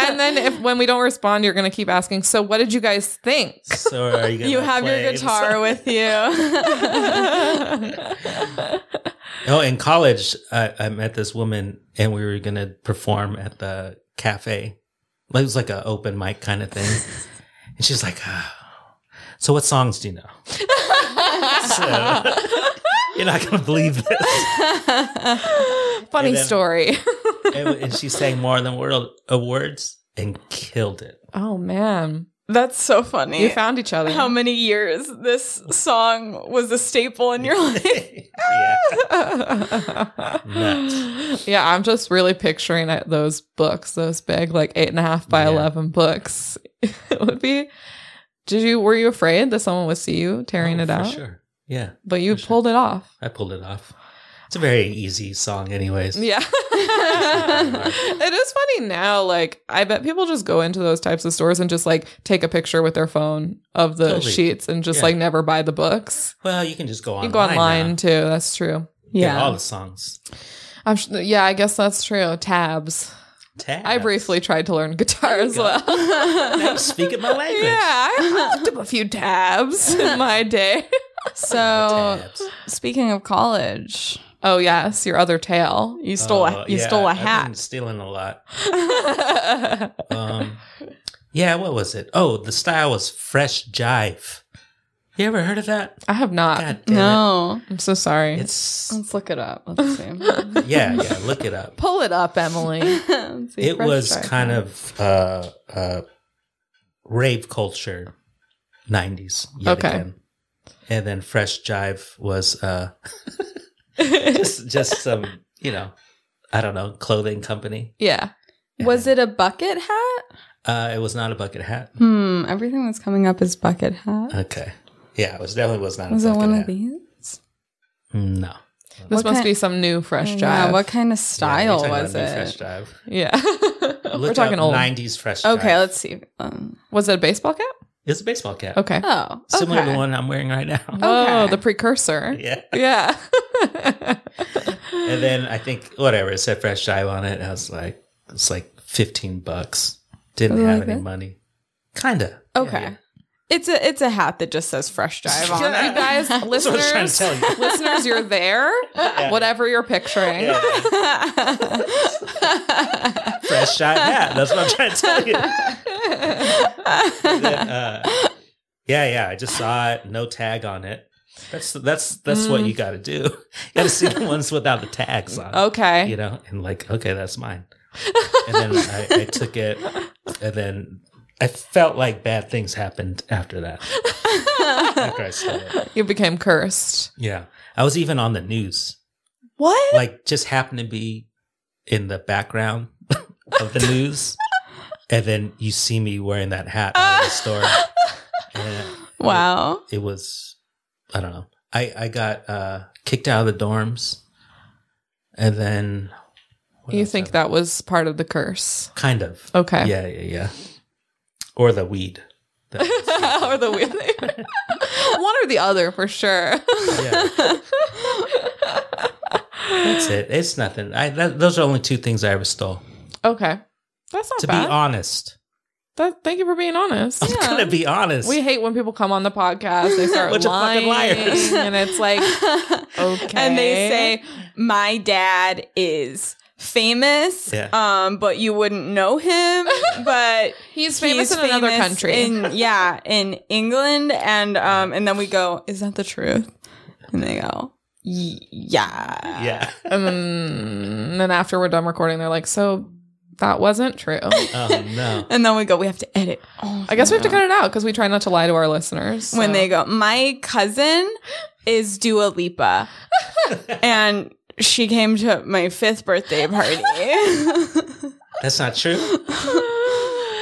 and then if when we don't respond, you're gonna keep asking. So, what did you guys think? So are you? Gonna you have play your this? guitar with you. Oh, in college, I, I met this woman, and we were going to perform at the cafe. It was like an open mic kind of thing, and she's like, "Ah, So, what songs do you know? You're not going to believe this. Funny And then- story. And, and she sang more than world awards and killed it. oh man, That's so funny. Um, you found each other. how many years this song was a staple in your life. yeah. Nuts. Yeah, I'm just really picturing it, those books, those big, like eight and a half by Yeah. eleven books. it would be. Did you? Were you afraid that someone would see you tearing Oh, it for out? Sure. Yeah. But you for sure. pulled it off. I pulled it off. It's a very easy song, anyways. Yeah. it is funny now. Like, I bet people just go into those types of stores and just like take a picture with their phone of the Totally. sheets and just Yeah. like never buy the books. Well, you can just go online. you go online now. too. That's true. Get all the songs. I'm sh- yeah, I guess that's true. Tabs. Tabs. I briefly tried to learn guitar as go. well. Now you speak in my language. Yeah, I I looked up a few tabs in my day. So Oh, Tabs. speaking of college, Oh yes, your other tail. you stole Oh, a you yeah, stole a I've been hat. stealing a lot. Um, yeah, what was it? Oh, the style was fresh jive. You ever heard of that? I have not. God damn Uh, No, I'm so sorry. it. It's let's look it up. Let's see. yeah, yeah. Look it up. Pull it up, Emily. Let's see. It fresh was jive. kind of uh, uh, rave culture, nineties. Okay. Again. And then fresh jive was uh, just just some you know I don't know clothing company. yeah. was it a bucket hat? Uh, it was not a bucket hat. Hmm. Everything that's coming up is bucket hat. Okay. Yeah, it was definitely was not. Was a it Uh, bucket one hat. of these? No. This What must kind- be some new fresh job. Yeah. What kind of Yeah, you're style talking about was new Fresh it? dive. Yeah. We're talking old. Nineties fresh. Dive. Okay, let's see. Um, Was it a baseball cap? It's a baseball cap. Okay. oh, Similar to okay. the one I'm wearing right now. Oh, Okay. the precursor. yeah. Yeah. And then I think whatever it said fresh dive on it. I was like, it's like fifteen bucks. Didn't Was it have like any that? money. Kinda. Yeah, Okay. yeah. It's a it's a hat that just says fresh dive on Yeah. it. you guys, That's what I was trying to listeners, tell you. listeners, you're there. Whatever you're picturing. Yeah. fresh shot hat. That's what I'm trying to tell you. And then, uh, yeah, yeah. I just saw it. No tag on it. That's that's that's what you got to do. You got to see the ones without the tags on. Okay. you know, and like, okay, that's mine. And then I, I took it, and then I felt like bad things happened after that. after I saw it, You became cursed. yeah, I was even on the news. What? Like, just happened to be in the background of the news, and then you see me wearing that hat out of the store. And Wow. it was I don't know. I I got uh kicked out of the dorms, and then what you else think happened? that was part of the curse. kind of Okay. yeah yeah yeah, or the weed. That was- or the weird thing. One or the other for sure. yeah. That's it. It's nothing. I that, those are only two things I ever stole. Okay. That's not To bad. be honest, That- thank you for being honest. I'm gonna be honest. We hate when people come on the podcast. They start Bunch of lying, fucking liars. and it's like, okay, And they say my dad is famous, Yeah. um, but you wouldn't know him. But he's famous he's in another famous country. in- yeah, in England, and um, and then we go, is that the truth? And they go, "Y- yeah, yeah. and then, then after we're done recording, they're like, so that wasn't true. Oh no. And then we go, we have to edit. Oh, I guess we have to cut it out because we try not to lie to our listeners. when so. they go, my cousin is Dua Lipa, and she came to my fifth birthday party, That's not true.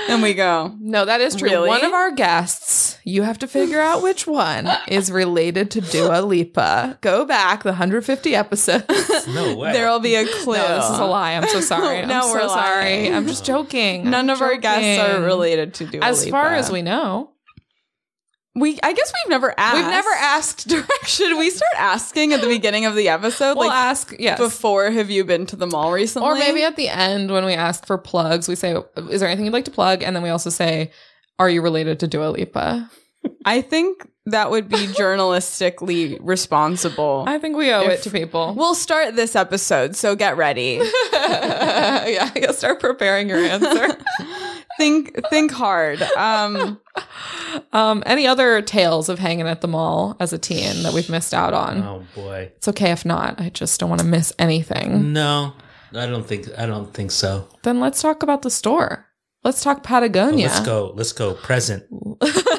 and we go, No, that is true. Really? One of our guests, you have to figure out which one is related to Dua Lipa. Go back the 150 episodes. No way. there'll be a clue. No, this is a lie. I'm so sorry. No, I'm so we're sorry. lying. I'm just joking. None I'm of our guests are joking. related to Dua As far Lipa. as we know, we, I guess we've never asked. we've never asked direction. Should we start asking at the beginning of the episode, We'll like ask, yes. before? Have you been to the mall recently? or maybe at the end when we ask for plugs, we say, is there anything you'd like to plug? And then we also say, are you related to Dua Lipa? I think that would be journalistically responsible. I think we owe If- it to people. we'll start this episode, so get ready. yeah, I guess start preparing your answer. think think hard. Um, Um, any other tales of hanging at the mall as a teen that we've missed out on? Oh boy. It's okay if not. I just don't want to miss anything. No, I don't think I don't think so. Then let's talk about the store. Let's talk Well, Patagonia. Let's go. Let's go. Present.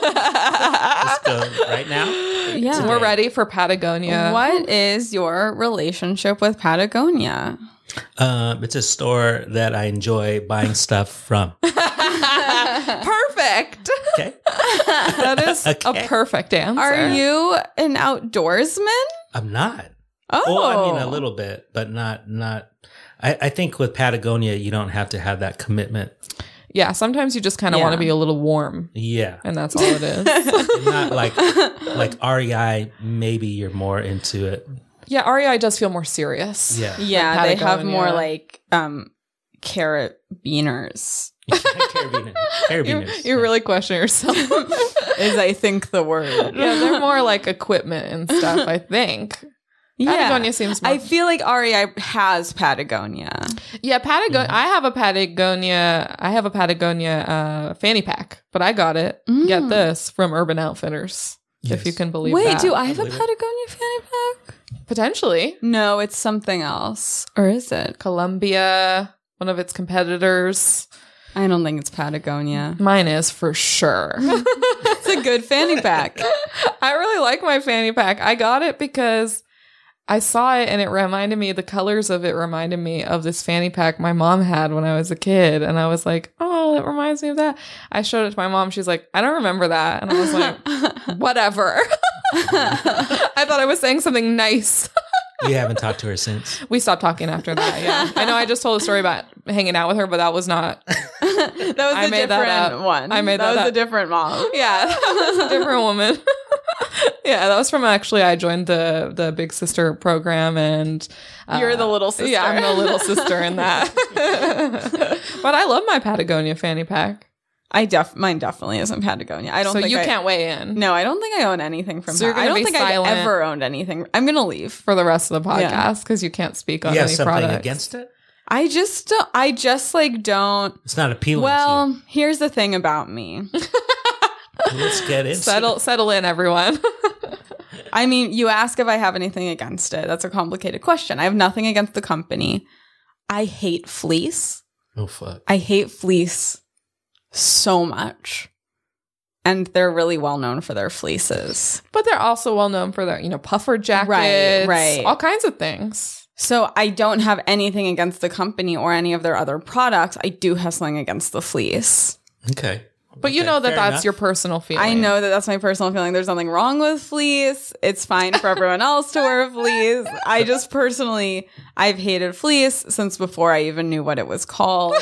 let's go right now? Yeah, Today. we're ready for Patagonia. What is your relationship with Patagonia? Um, it's a store that I enjoy buying stuff from. Perfect. Okay. That is Okay. a perfect answer. Are you an outdoorsman? I'm not. Oh, Oh, I mean a little bit, but not not. I, I think with Patagonia, you don't have to have that commitment. Yeah. Sometimes you just kind of Yeah. want to be a little warm, Yeah, and that's all it is. not like like REI. Maybe you're more into it. yeah, REI does feel more serious. Yeah, yeah, they have more Patagonia. like um carabiners. Carabiner, You're, carabiners. you're really questioning yourself. Is I think the word. yeah, they're more like equipment and stuff. I think Patagonia seems. More, I feel like REI has Patagonia. yeah, Patagonia. Mhm. Mm-hmm. I have a Patagonia. I have a Patagonia uh, fanny pack, but I got it. Get Mm. this from Urban Outfitters, if Yes. you can believe. Wait, that. do I have a Believe it. Patagonia fanny pack? potentially No, it's something else. Or is it? Columbia, one of its competitors? I don't think it's Patagonia. Mine is for sure. It's a good fanny pack. I really like my fanny pack. I got it because I saw it and it reminded me, the colors of it reminded me of this fanny pack my mom had when I was a kid. And I was like, oh, it reminds me of that. I showed it to my mom. She's like, I don't remember that. And I was like, whatever. I thought I was saying something nice. We haven't talked to her since. We stopped talking after that. Yeah. I know I just told a story about hanging out with her, but that was not. that was a I made different that up. one. I made that was a up. different mom. Yeah. That was a different woman. yeah. That was from actually, I joined the, the Big Sister program and You're uh, the little sister. Yeah, I'm the little sister in that. but I love my Patagonia fanny pack. I def mine definitely isn't Patagonia. I don't so think you I- can't weigh in No, I don't think I own anything from So you're Pat- I gonna don't think be silent. I've ever owned anything. I'm gonna leave. for the rest of the Yeah. podcast because you can't speak on you have any something product. against it? I just don't- I just like don't It's not appealing. Well, here's the thing about me. to you. let's get into settle settle in, everyone. I mean, you ask if I have anything against it. That's a complicated question. I have nothing against the company. I hate fleece. Oh fuck. I hate fleece so much. And they're really well known for their fleeces. but they're also well known for their you know puffer jackets, right. all kinds of things. So I don't have anything against the company or any of their other products. I do have something against the fleece. Okay. But you Okay, know that fair that's enough. your personal feeling. I know that that's my personal feeling. There's nothing wrong with fleece. It's fine for everyone else to wear fleece. I just personally, I've hated fleece since before I even knew what it was called.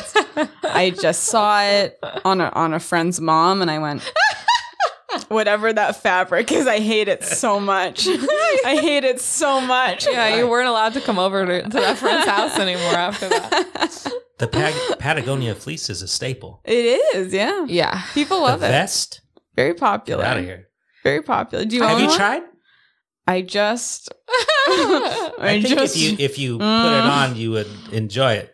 I just saw it on a on a friend's mom, and I went. Whatever that fabric is, I hate it so much. I hate it so much. Yeah, you weren't allowed to come over to, to that friend's house anymore after that. the Pag- Patagonia fleece is a staple. It is, yeah. Yeah. People love the it. vest. Very Get popular. out of here. Very popular. Do you Have own you Uh-huh. one? tried? I just. I, I, think just. if you if you put it Mm. on, you would enjoy it.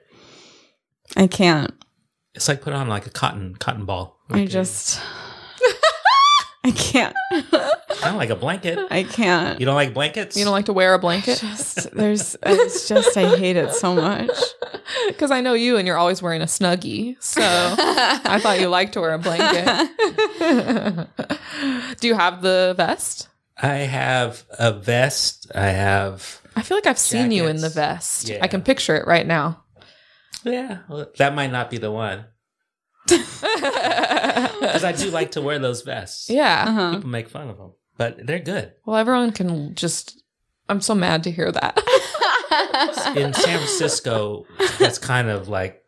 I can't. It's like put on like a cotton cotton ball. I just. I can't. kind of like a blanket. I can't. You don't like blankets? You don't like to wear a blanket? Just there's. It's just I hate it so much. Because I know you and you're always wearing a snuggie. So Oh. I thought you liked to wear a blanket. Do you have the vest? I have a vest. I have I feel like I've seen you in Jackets. the vest. Yeah. I can picture it right now. yeah. well, That might not be the one because yeah. I do like to wear those vests. Uh-huh. People make fun of them, but they're good. Well, everyone can just. I'm so mad to hear that. In San Francisco, that's kind of like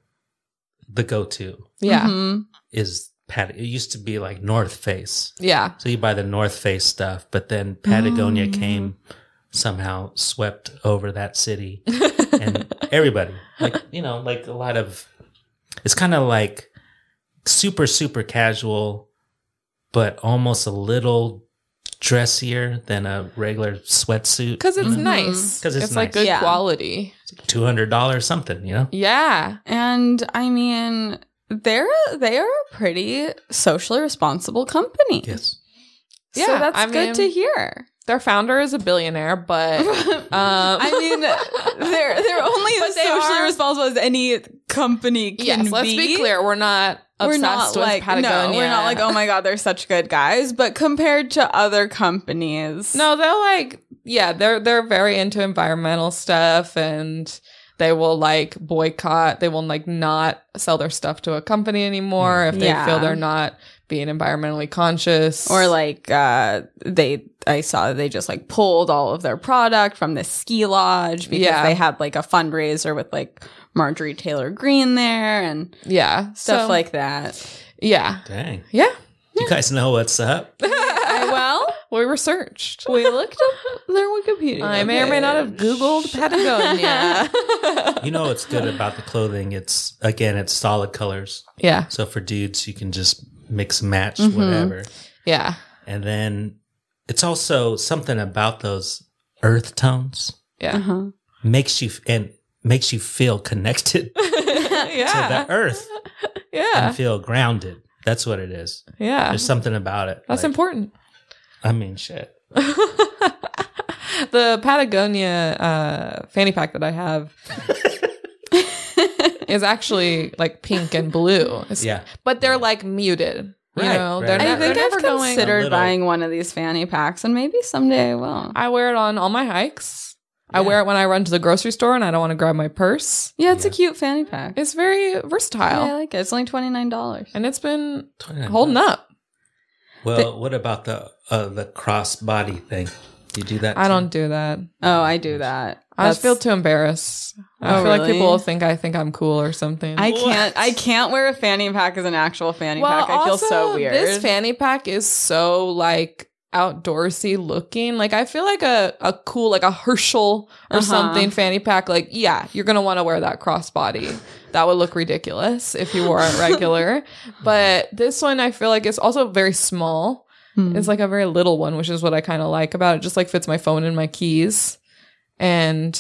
the go-to yeah. Mhm. is Pat. It used to be like North Face. Mm-hmm. Yeah. So you buy the North Face stuff, but then Patagonia Mm. came somehow swept over that city and everybody, like you know, like a lot of. It's kind of like super super casual, but almost a little dressier than a regular sweatsuit. Mm-hmm. Because it's Mhm. nice. 'Cause it's like nice. good Yeah. quality. Two hundred dollars something, you know. Yeah. And I mean, they're they are a pretty socially responsible company. Yes. So Yeah, that's I good mean- to hear. Their founder is a billionaire, but um, I mean, they're they're only But as they socially are- responsible as any company can yes. be. Let's be clear, we're not obsessed with like Patagonia. no, we're not like oh my god, they're such good guys. But compared to other companies, No, they're like, yeah, they're they're very into environmental stuff, and they will like boycott. They will like not sell their stuff to a company anymore if they Yeah. feel they're not being environmentally conscious or like uh, they I saw that they just like pulled all of their product from the ski lodge because Yeah. they had like a fundraiser with like Marjorie Taylor Greene there and yeah stuff so- like that. yeah Dang. yeah. You guys know what's up. well, We researched. we looked up their Wikipedia. I may or may not have Googled Patagonia. You know what's good about the clothing? It's again, it's solid colors. yeah, So for dudes, you can just mix match Mhm. Mm-hmm. whatever. yeah, And then it's also something about those earth tones yeah, Uh-huh. makes you and makes you feel connected to yeah, the earth yeah, and feel grounded. That's what it is. yeah. There's something about it. That's Like, important. I mean, shit. the Patagonia uh, fanny pack that I have is actually like pink and blue. It's- Yeah. But they're like muted. You Right, know, right. they're I I not, think they're I've never going. considered A little- buying one of these fanny packs, and maybe someday I will. I wear it on all my hikes. I Yeah. wear it when I run to the grocery store and I don't want to grab my purse. Yeah, it's a Yeah. cute fanny pack. It's very Yeah, versatile. I like it. It's only twenty nine dollars. And it's been holding up. Well, what about the uh, the crossbody thing? Do you do that? I too? don't do that. Oh, I do that. I just feel That's- too embarrassed. I Oh, feel like really? people will think I think I'm cool or something. I What? can't. I can't wear a fanny pack as an actual fanny pack. I feel so weird. This fanny pack is so like outdoorsy looking. Like I feel like a, a cool like a Herschel or Uh-huh. something fanny pack. Like yeah, you're gonna want to wear that crossbody. that would look ridiculous if you wore it regular. but this one I feel like it's also very small. Hmm. It's like a very little one, which is what I kind of like about it. Just like fits my phone and my keys. And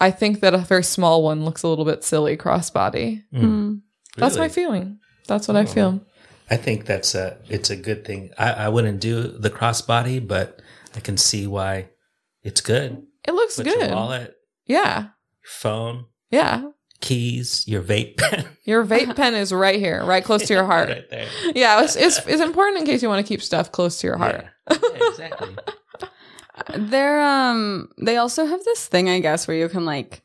I think that a very small one looks a little bit silly crossbody. Mm, Hmm. That's my really? feeling. That's what I Oh. feel. I think that's a it's a good thing. I, I wouldn't do the crossbody, but I can see why it's good. It looks Put good. your wallet, Yeah. your phone, Yeah. keys, your vape pen. Your vape pen is right here, right close to your heart. right there. Yeah, it's, it's, it's important in case you want to keep stuff close to your heart. Yeah. Yeah, exactly. Uh, They're um they also have this thing I guess where you can like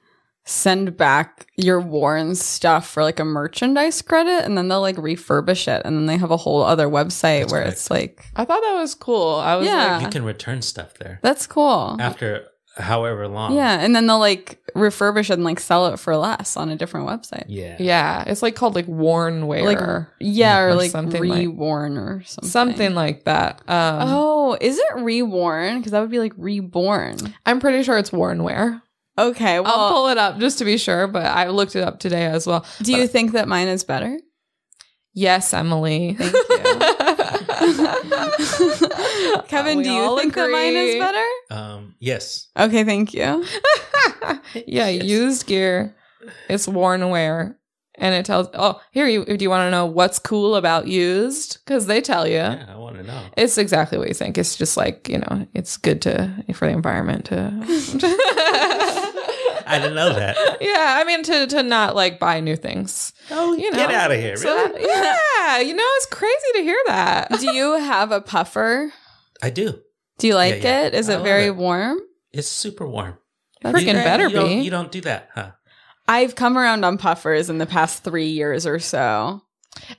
send back your worn stuff for like a merchandise credit and then they'll like refurbish it and then they have a whole other website That's where correct. it's like I thought that was cool. I was Yeah. yeah. you can return stuff there that's cool. Uh-huh. after however long. Yeah, and then they'll like refurbish it and like sell it for less on a different website. Yeah. yeah, it's like called like worn wear. Like yeah, or, Or like something like- reworn or something. Something like that. Um, Oh, is it reworn? Because that would be like reborn. I'm pretty sure it's worn wear. Okay. Well, I'll pull it up just to be sure, but I looked it up today as well. do you think that mine is better? Yes, Emily. Thank you. Kevin, We do you all think that mine is agree. better? Um, yes. Okay, thank you. yeah, Yes. used gear. It's worn wear. And it tells, oh, here, you, do you want to know what's cool about used? Because they tell you. Yeah, I want to know. It's exactly what you think. It's just like, you know, it's good to, for the environment to. I didn't know that. yeah, I mean, to, to not like buy new things. Oh, You get know. out of here! So, really? yeah, you know, it's crazy to hear that. Do you have a puffer? I do. Do you like yeah. it? Is I it love very it. warm? It's super warm. That's Freaking you, better you Don't, be. you don't do that, huh? I've come around on puffers in the past three years or so.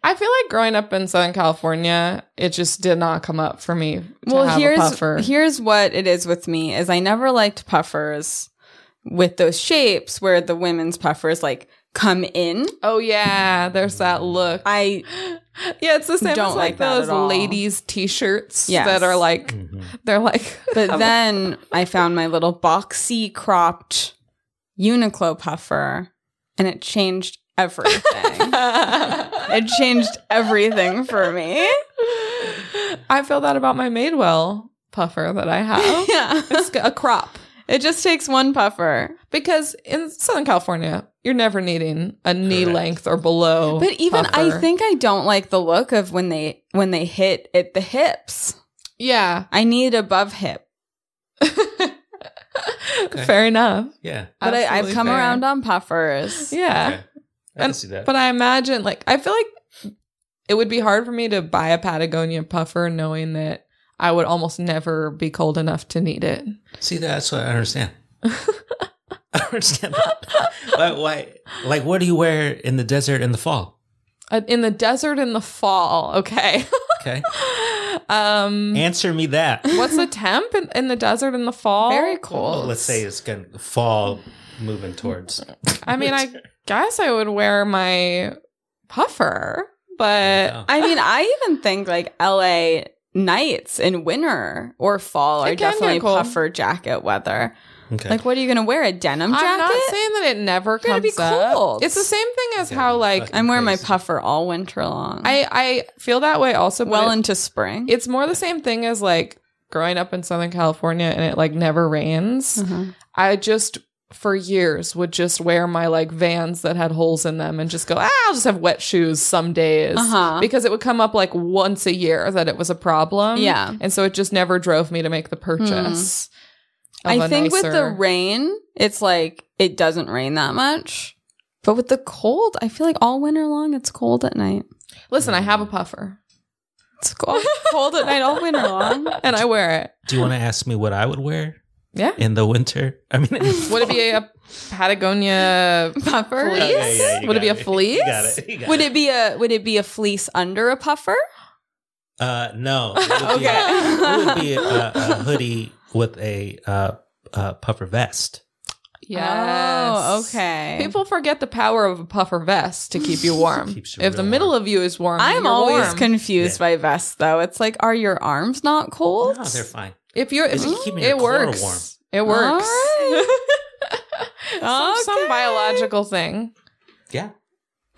I feel like growing up in Southern California, it just did not come up for me. To well, have here's a puffer. here's what it is with me is I never liked puffers with those shapes where the women's puffers like come in. oh yeah, there's that look. I yeah, it's the same don't as like like, that those at all. ladies' t-shirts Yes. that are like Mhm. they're like. But then I found my little boxy cropped Uniqlo puffer and it changed everything. it changed everything for me. I feel that about my Madewell puffer that I have. Yeah. it's a crop It just takes one puffer. because in Southern California, you're never needing a knee Correct. length or below. But even puffer. I think I don't like the look of when they when they hit at the hips. yeah, I need above hip. fair enough. Yeah. But I, I've Absolutely come fair. around on puffers. Yeah. Okay. I can see that. Uh, But I imagine, like, I feel like it would be hard for me to buy a Patagonia puffer knowing that I would almost never be cold enough to need it. see, that's what I understand. I don't understand that. why, why? Like, what do you wear in the desert in the fall? Uh, In the desert in the fall, okay. Okay. um, Answer me that. what's the temp in, in the desert in the fall? Very cold. Well, let's say it's going to fall moving towards. I mean, I guess I would wear my puffer, but Oh. I mean, I even think like LA nights in winter or fall It are can get definitely cold. puffer jacket weather. Okay. Like, what are you going to wear? A denim jacket? I'm, I'm not saying that it never You're gonna comes be up. cold. It's the same thing as Yeah, how like fucking wearing my crazy. puffer all winter long. I I feel that way also. but well it- into spring. it's more the same thing as like growing up in Southern California and it like never rains. Mhm. I just for years would just wear my like vans that had holes in them and just go, ah, I'll just have wet shoes some days. Uh-huh. Because it would come up like once a year that it was a problem. Yeah. And so it just never drove me to make the purchase. of Hmm. I a think with the nicer- rain, it's like it doesn't rain that much. But with the cold, I feel like all winter long it's cold at night. Listen, I have a puffer It's cold, cold at night all winter long. and I wear it. Do you want to ask me what I would wear Yeah. in the winter? I mean, Would it be a Patagonia Oh, Puffer. Fleece? you Would it be a got fleece? You got it. You got Would it be a would it be a fleece under a puffer? Uh, no. It would be- Okay. it would be a, a hoodie with a uh, uh, puffer vest. Yes. Oh, okay. People forget the power of a puffer vest to keep you warm. Keeps you if the real middle warm. of you is warm, I'm you're always warm. confused Yeah. by vests though. It's like, are your arms not No, cold? they're fine. if you're if, Is it keeping it your core works. warm? It All works. right. some, some Okay. biological thing. Yeah.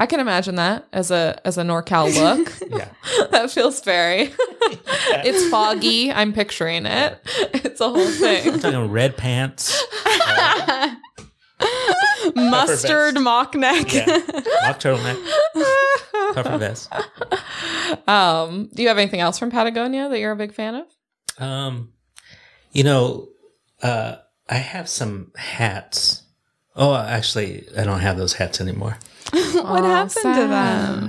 I can imagine that as a as a NorCal look. Yeah. that feels very. it's foggy. I'm picturing it. It's a whole I'm thing. talking red pants, Mustard vest. mock neck. Yeah. mock turtleneck, puffer vest. Um, do you have anything else from Patagonia that you're a big fan of? Um, you know, uh, I have some hats. Oh, actually, I don't have those hats anymore. what Aw, happened to sad.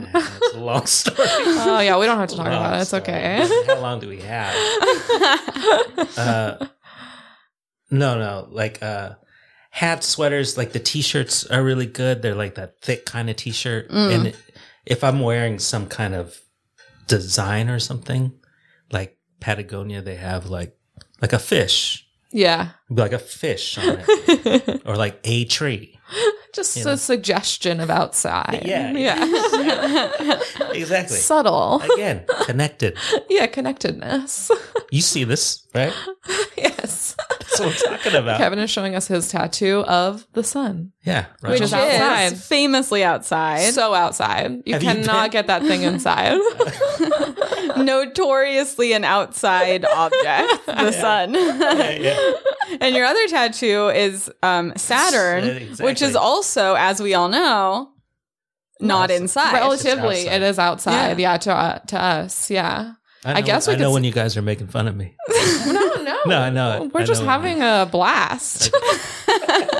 them? It's a long story. Oh yeah, we don't have to talk Long about it. It's story. okay. How long do we have? uh, no, no, like uh, hats, sweaters, like the t-shirts are really good. They're like that thick kind of t-shirt, Mm. and if I'm wearing some kind of design or something, like Patagonia, they have like like a fish, Yeah. like a fish on it, or like a tree. Just You a know. suggestion of outside. Yeah. Yeah. Exactly. Subtle. Again, connected. Yeah, connectedness. You see this, right? yes. That's what I'm talking about. Kevin is showing us his tattoo of the sun. Yeah, Which right. Which is is outside. famously outside. So outside. You Have you cannot been- get that thing inside. Notoriously an outside object, the sun. Yeah, yeah. and your other tattoo is um, Saturn, Yeah, exactly. which is also, as we all know, not Outside. inside. Relatively, outside. it is outside. Yeah, Yeah. to, uh, to us. Yeah. I, I know- guess we I know could- when you guys are making fun of me. No, no. No, I know. it. We're I just know what having you mean. a blast.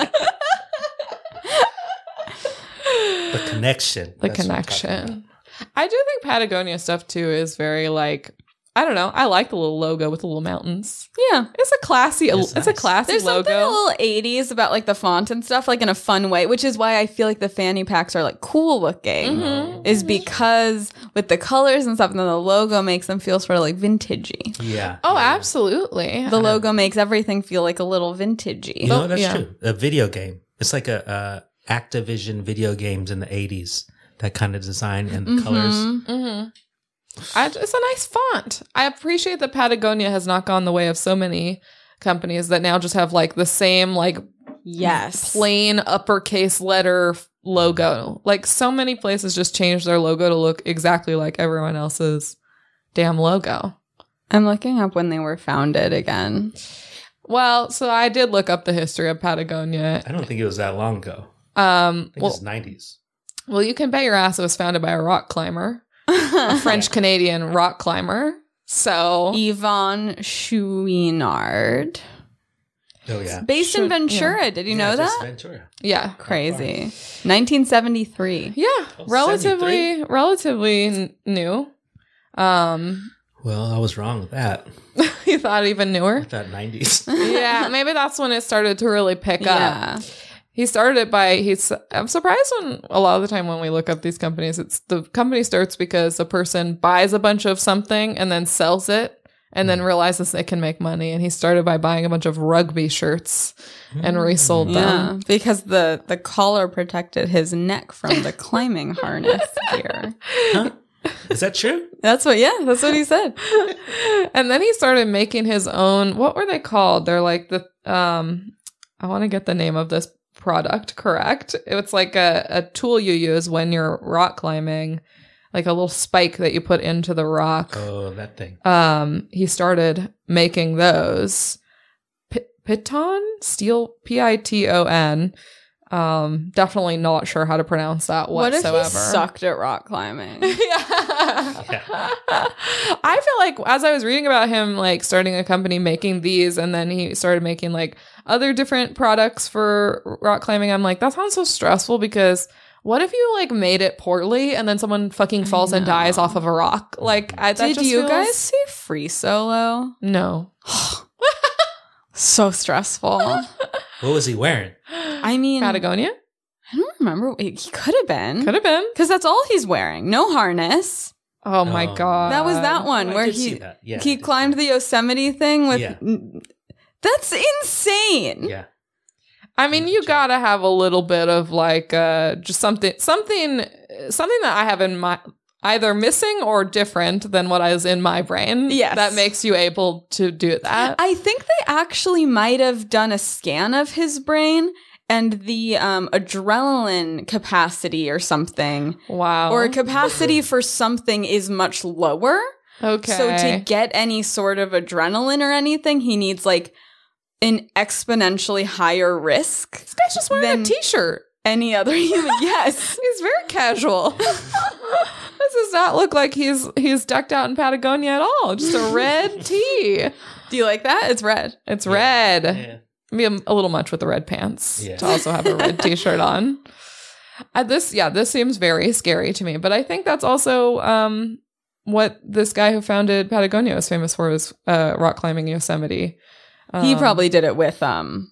the connection. the That's what I'm talking connection. I do think Patagonia stuff too is very like I don't know. I like the little logo with the little mountains. yeah. It's a classy. It's, It's a nice. classy There's something a logo. little 80s about like the font and stuff, like in a fun way, which is why I feel like the fanny packs are like cool looking. Mm-hmm. Mhm. Is because with the colors and stuff, and then the logo makes them feel sort of like vintagey. about. Yeah. Oh, yeah. absolutely. The logo makes everything feel like a little vintagey. You know that's yeah. true. A video game. It's like a uh, Activision video games in the '80s. That kind of design and Mm-hmm. the colors. Mhm. hmm I, it's a nice font. I appreciate that Patagonia has not gone the way of so many companies that now just have like the same like Yes. plain uppercase letter f- logo. Like so many places just change their logo to look exactly like everyone else's damn logo. I'm looking up when they were founded again. Well, so I did look up the history of Patagonia. I don't think it was that long ago. Um, think well, it's 90s. well, you can bet your ass it was founded by a rock climber, a French Canadian rock climber. So E- Yvonne Chouinard. Oh, yeah. Based in Should- yeah. Ventura. Did you Yeah, know just that? Ventura. yeah, Crazy. 1973. yeah, Oh, relatively, relatively n- new. Um, Well, I was wrong with that. you thought even I newer. thought 90s. yeah, maybe that's when it started to really pick up. He started it by he's. I'm surprised when a lot of the time when we look up these companies, it's the company starts because a person buys a bunch of something and then sells it. And then realizes they can make money, and he started by buying a bunch of rugby shirts and resold Yeah. them. Yeah, because the the collar protected his neck from the climbing harness here. Huh? Is that true? That's what yeah, that's what he said. and then he started making his own what were they called they're like the um i want to get the name of this product correct it's like a, a tool you use when you're rock climbing like a little spike that you put into the rock Oh, that thing. um he started making those P- piton steel p-i-t-o-n um definitely not sure how to pronounce that What if whatsoever he sucked at rock climbing? yeah. I feel like as I was reading about him, like starting a company making these, and then he started making like other different products for rock climbing. I'm like, that sounds so stressful because what if you like made it poorly and then someone fucking I falls and dies know. off of a rock? Like, I, that Did just you feels- guys see Free Solo? No. so stressful. What was he wearing? I mean, hmm? Patagonia I don't remember. He could have been. could have been. Because that's all he's wearing. No harness. Oh my Um, god, That was that one Oh, I where did see he that. Yeah, I he did see climbed the Yosemite thing with. Yeah. That's that. insane. Yeah. I mean, you Job. gotta have a little bit of like uh, just something, something, something that I have in my either missing or different than what is in my brain. Yes. that makes you able to do that. I think they actually might have done a scan of his brain and the um, adrenaline capacity or something, wow. or capacity for something is much lower. okay. So to get any sort of adrenaline or anything, he needs like an exponentially higher risk. this guy's just wearing then- a t-shirt. Any other human? yes. He's very casual. this does not look like he's he's decked out in Patagonia at all. Just a red tee. Do you like that? It's red. It's Yeah. red. Yeah. be a, a little much with the red pants Yeah. to also have a red t-shirt on. Uh, this, yeah, this seems very scary to me, but I think that's also um, what this guy who founded Patagonia was famous for was uh, rock climbing Yosemite. he Um, probably did it with um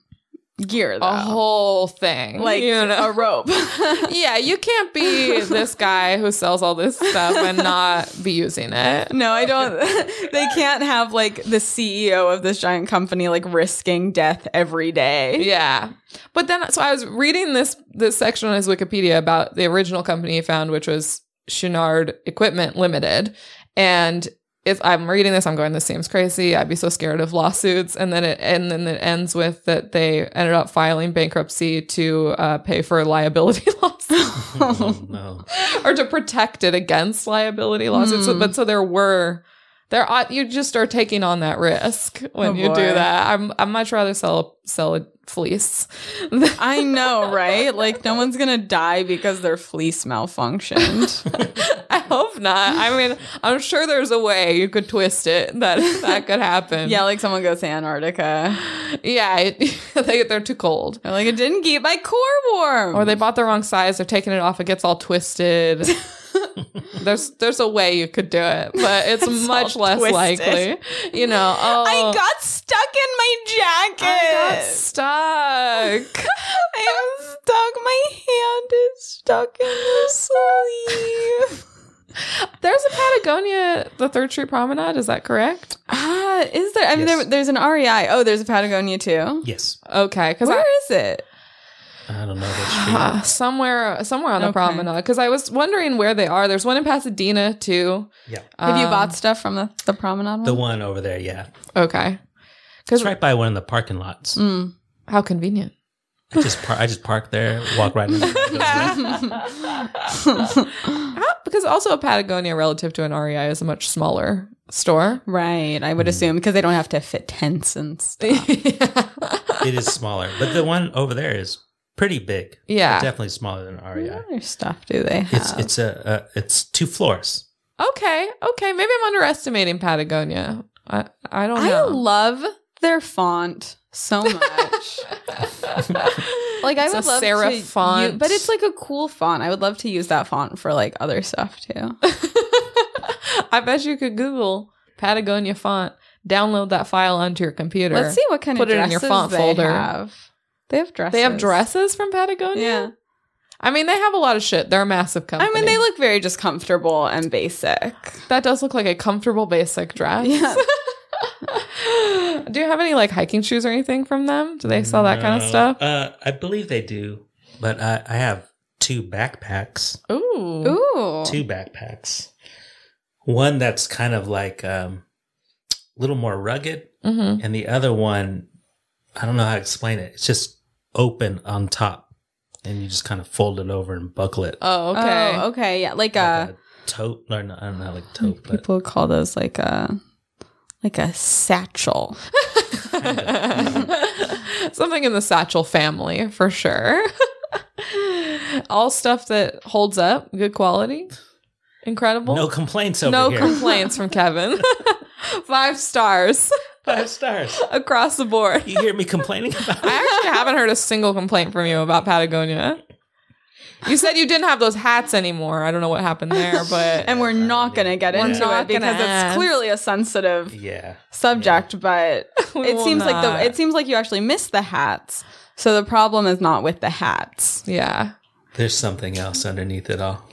gear though. a whole thing, like you know. a rope. yeah, you can't be this guy who sells all this stuff and not be using it. no, I don't they can't have like the CEO of this giant company like risking death every day. Yeah. But then so I was reading this this section on his Wikipedia about the original company he found, which was Chenard Equipment Limited. And if I'm reading this, I'm going, this seems crazy. I'd be so scared of lawsuits. And then it and then it ends with that they ended up filing bankruptcy to uh, pay for liability lawsuits Oh, no. or to protect it against liability lawsuits. Hmm. But so there were there are you just are taking on that risk when Oh, you do boy. that. I'm I'd much rather sell sell a fleece. I know, right? Like no one's gonna die because their fleece malfunctioned. I hope not. I mean, I'm sure there's a way you could twist it that that could happen. yeah, like someone goes to Antarctica. yeah. It, they they're too cold, They're like, it didn't keep my core warm. or they bought the wrong size. They're taking it off. It gets all twisted. there's there's a way you could do it, but it's, It's much all less twisted. likely. You know. Oh, I got stuck in my jacket. I got stuck. I'm stuck. My hand is stuck in the sleeve. There's a Patagonia, the Third Street Promenade. Is that correct? Ah, is there? I mean, Yes. there, there's an REI. Oh, there's a Patagonia too. Yes. Okay, because Where is it? I don't know. That's Ah, somewhere somewhere on the Okay. promenade because i was wondering where they are there's one in pasadena too true. Yeah. Have you Um, bought stuff from the, the promenade? One? The one over there. Yeah. okay It's because right by one of the parking lots. Mm. how convenient I just par- I just park there, walk right in. Ah, because also a patagonia relative to an rei is a much smaller store right, I would Mm. assume because they don't have to fit tents and stuff. yeah. It is smaller, but the one over there is pretty big. Yeah. Definitely smaller than REI. What other stuff do they have? It's it's a, a it's two floors. Okay. Okay. Maybe I'm underestimating Patagonia. I, I don't I know. love their font so much. like I It's a would love serif to u- font. but it's like a cool font. I would love to use that font for like other stuff too. I bet you could Google Patagonia font, download that file onto your computer. Let's see what kind Put of it in dresses your font they folder. have. They have dresses. They have dresses from Patagonia? Yeah. I mean, they have a lot of shit. They're a massive company. I mean, they look very just comfortable and basic. That does look like a comfortable basic dress. Yeah. do you have any like hiking shoes or anything from them? Do they sell that kind of No. stuff? Uh, I believe they do, but I, I have two backpacks. Ooh. Ooh. Two backpacks. One that's kind of like um, a little more rugged, hmm and the other one, I don't know how to explain it. It's just open on top, and you just kind of fold it over and buckle it. Oh, okay. Oh, okay. Yeah. Like Like a. a tote, or no, I don't know, like tote, but people call those like a. Like a satchel. Something in the satchel family for sure. All stuff that holds up, good quality, incredible. no complaints over No here. complaints from Kevin. Five stars Five stars. across the board. You hear me complaining about it? I actually haven't heard a single complaint from you about Patagonia. You said you didn't have those hats anymore. I don't know what happened there, but And we're not going to get We're into not it because gonna ask. it's clearly a sensitive Yeah. subject, but we it will seems like not. the it seems like you actually missed the hats. So the problem is not with the hats. yeah. There's something else underneath it all.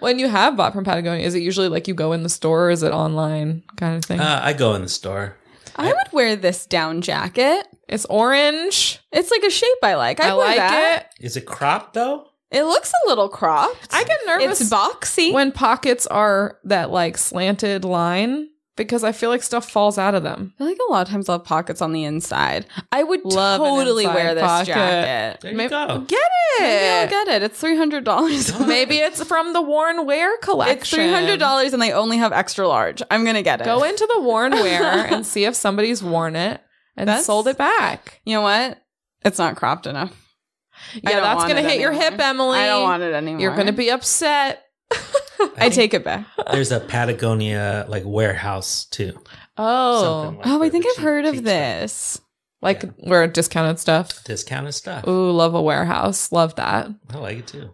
When you have bought from Patagonia, is it usually like you go in the store or is it online kind of thing? Uh, I go in the store. I would wear this down jacket. it's orange. It's like a shape I like. I, I wear like that. Is it cropped though? It looks a little cropped. it. I get nervous it's boxy. when pockets are that like slanted line because I feel like stuff falls out of them. I feel like a lot of times I'll have pockets on the inside. I would Love an totally inside wear this pocket. jacket. There you Maybe- go. Maybe I'll get it. It's three hundred dollars. Maybe it's from the worn wear collection. It's three hundred dollars, and they only have extra large. I'm gonna get it. Go into the worn wear and see if somebody's worn it and That's- sold it back. You know what? It's not cropped enough. I Yeah, don't that's want gonna it hit your anymore. hip, Emily. I don't want it anymore. You're gonna be upset. I, think take it back. There's a Patagonia like warehouse too. Oh, Something like Oh, that I think that I've she heard of keeps that this. like we're discounted stuff. Discounted stuff. Ooh, love a warehouse. Love that. I like it too.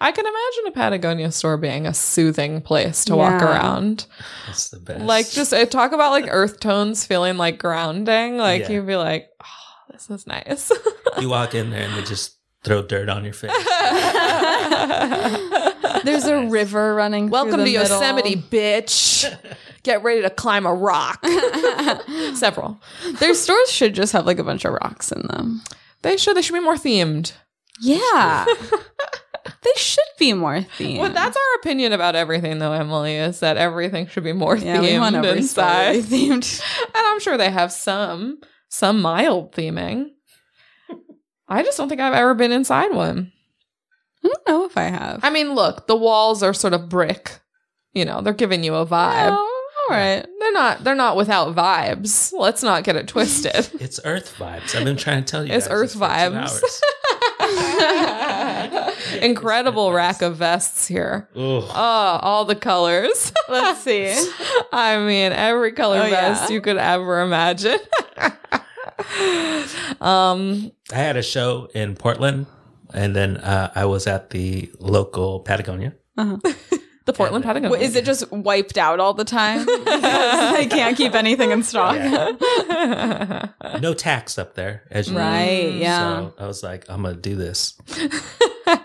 I can imagine a Patagonia store being a soothing place to walk Yeah. around. That's the best. Like just uh, talk about like earth tones feeling like grounding. Like Yeah. you'd be like, oh, this is nice. you walk in there and they just throw dirt on your face. There's a Nice. river running. through Welcome the to middle. Yosemite, bitch. Get ready to climb a rock. Several. Their stores should just have like a bunch of rocks in them. They should. They should be more themed. Yeah. they should be more themed. Well, that's our opinion about everything, though, Emily, is that everything should be more yeah, we want themed every store inside. to be themed. And I'm sure they have some, some mild theming. I just don't think I've ever been inside one. I don't know if I have. I mean, look, the walls are sort of brick. You know, they're giving you a vibe. Oh, all right. They're not. They're not without vibes. Let's not get it twisted. it's earth vibes. I've been trying to tell you. It's guys earth for 15 vibes. hours. Incredible rack of vests here. Ugh. Oh, all the colors. Let's see. I mean, every color Oh, yeah. vest you could ever imagine. um, I had a show in Portland, and then uh, I was at the local Patagonia. the Portland Patagonia. Wait, is it just wiped out all the time? I can't keep anything in stock. Yeah. no tax up there, as you know. Right. Yeah. So I was like, I'm gonna do this.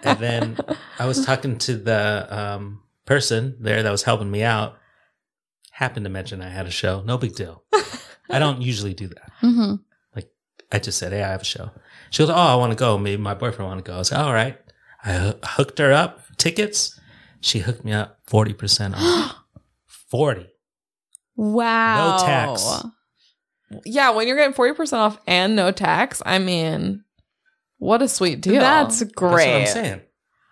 and then I was talking to the um, person there that was helping me out. Happened to mention I had a show. No big deal. I don't usually do that. hmm I just said, "Hey, I have a show." She goes, "Oh, I want to go. Maybe my boyfriend want to go." I said, "All right." I hoo- hooked her up tickets. She hooked me up forty percent off. forty. Wow. tax. yeah, when you're getting forty percent off and no tax, I mean, what a sweet deal. That's great. That's what I'm saying.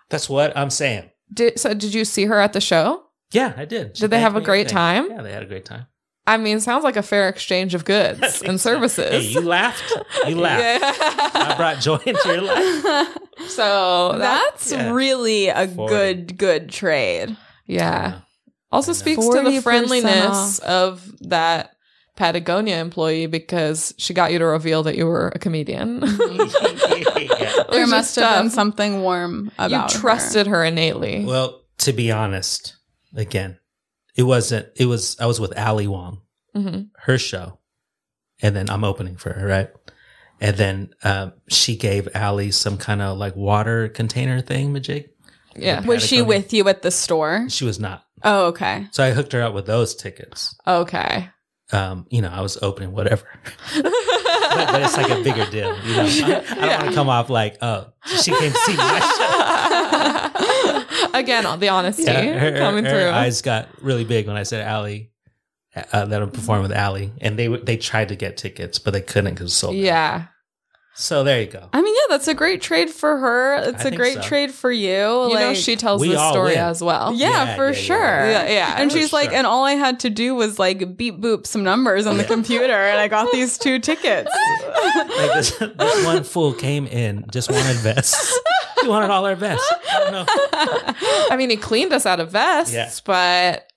That's what I'm saying. Did, so. Did you see her at the show? Yeah, I did. She Did they thanked have a me, great thanked- time? Yeah, they had a great time. I mean, sounds like a fair exchange of goods and Hey, services. you laughed. You laughed. I Yeah. brought joy into your life. so that, That's yeah. really a 40. good, good trade. Uh, yeah. Also I know. speaks to the 40% friendliness of that Patagonia employee because she got you to reveal that you were a comedian. Yeah. There Which is must have been tough. something warm about you her. trusted her, innately. Well, to be honest, again, it wasn't. It was. I was with Ali Wong, hmm her show, and then I'm opening for her, right? And then um, she gave Ali some kind of like water container thing, magic. Yeah. Was she Patagonia. with you at the store? She was not. Oh, okay. So I hooked her up with those tickets. Okay. Um, you know, I was opening whatever, but, but it's like a bigger deal. You know, I, I don't want to come off like, oh, she came to see my show. Again, the honesty Yeah, her, her- coming her through. eyes got really big when I said Allie uh, that I'm performing with Allie, and they w- they tried to get tickets, but they couldn't because sold. out. yeah. So there you go. I mean, yeah, that's a great trade for her. It's a think great so. trade for you. You like, know, she tells we this all story win. as well. Oh. Yeah, Yeah, for yeah, yeah. sure. Yeah. yeah. And For she's like, sure. and all I had to do was like beep boop some numbers on the Yeah. computer, and I got these two tickets. Like this, this one fool came in, just wanted vests. he wanted all our vests. I don't know. I mean, he cleaned us out of vests, Yeah. but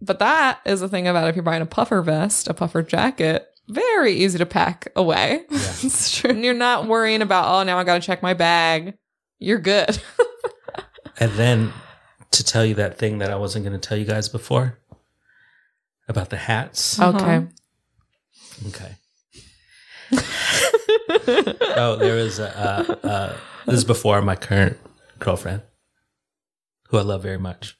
but that is the thing about if you're buying a puffer vest, a puffer jacket, very easy to pack away. Yeah. it's true. And you're not worrying about, oh, now I got to check my bag. You're good. And then to tell you that thing that I wasn't going to tell you guys before about the hats. Uh-huh. Okay. oh, there was a, uh, uh, this is before my current girlfriend, who I love very much.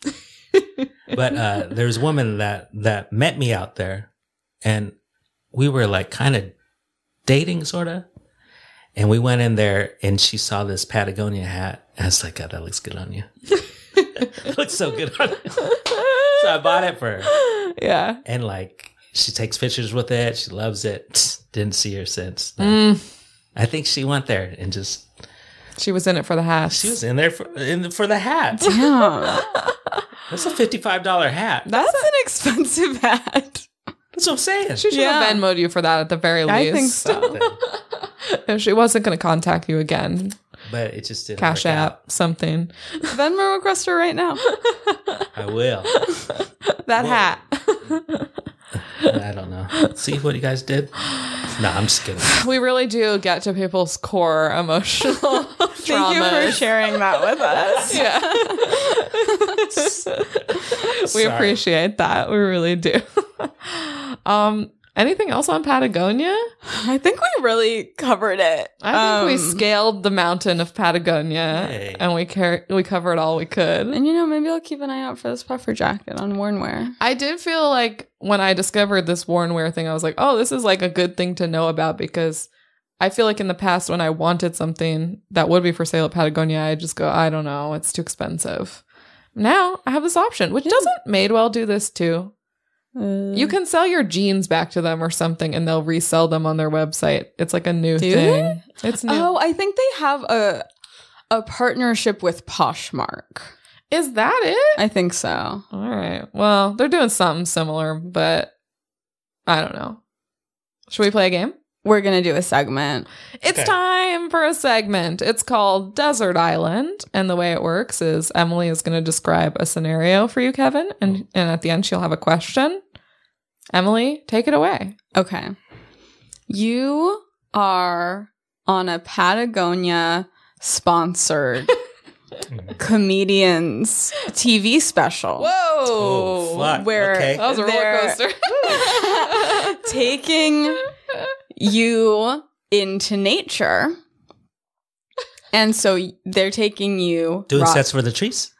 but uh, there was a woman that that met me out there, and we were like kind of dating, sort of. And we went in there, and she saw this Patagonia hat. And I was like, God, that looks good on you. it looks so good on you. So I bought it for her Yeah. and like she takes pictures with it. She loves it. Didn't see her since. Mm. I think she went there and just She was in it for the hash. she was in there for in the, for the hat. Yeah. That's a fifty five dollar hat. That's an expensive hat. That's what I'm saying. She should Yeah. have Venmoed you for that at the very least. I think so. If she wasn't going to contact you again, but it just didn't Cash work App, something. Venmo request her right now. out. I will. That Whoa. hat. I don't know. See what you guys did. No, I'm just kidding. We really do get to people's core emotional traumas. Thank you for sharing that with us. Yeah. we Sorry. appreciate that. We really do. um, anything else on Patagonia? I think we really covered it. I think we Um, scaled the mountain of Patagonia Hey. and we car- we covered all we could. And you know, maybe I'll keep an eye out for this puffer jacket on Warnware. I did feel like when I discovered this Warrenware thing, I was like, oh, this is like a good thing to know about because I feel like in the past when I wanted something that would be for sale at Patagonia, I just go, I don't know, it's too expensive. Now I have this option, which Yeah. doesn't Madewell do this too? Uh, You Mm. can sell your jeans back to them or something, and they'll resell them on their website. It's like a new Do thing. It's new. Oh, I think they have a a partnership with Poshmark. is that it? I think so. All right. Well, they're doing something similar, but I don't know. Should we play a game? We're gonna do a segment. It's Okay. time for a segment. It's called Desert Island. And the way it works is Emily is going to describe a scenario for you, Kevin. Mm. And, and at the end, she'll have a question. Emily, take it away. Okay. You are on a Patagonia sponsored comedians TV special. Oh, fuck. Where Okay. That was a roller they're- coaster. taking you into nature. And so they're taking you Doing rock- sets for the trees.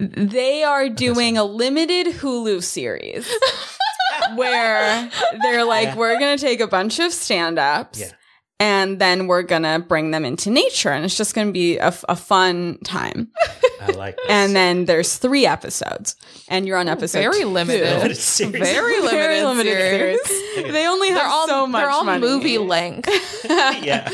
They are doing a limited Hulu series where they're like, Yeah. we're going to take a bunch of stand ups Yeah. and then we're going to bring them into nature. And it's just going to be a, f- a fun time. I like this. And then there's three episodes, and you're on episode Very two. limited. Seriously. Very limited. Very limited series. series. They only have They're all so much they're all money. movie length. yeah.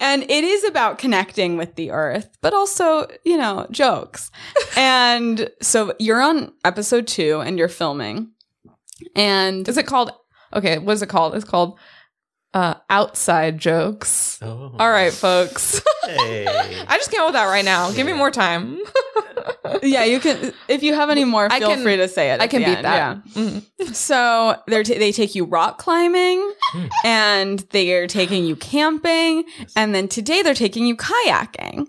and it is about connecting with the earth, but also, you know, jokes. and so you're on episode two and you're filming. And Is it called Okay, what is it called? It's called uh, outside jokes. Oh. All right, folks. Hey. I just came up with that right now. Give me more time. yeah, you can. If you have any more, I feel can- free to say it. I at can the beat end, that. Mhm. Yeah. So they t- they take you rock climbing, Hmm. and they are taking you camping, and then today they're taking you kayaking,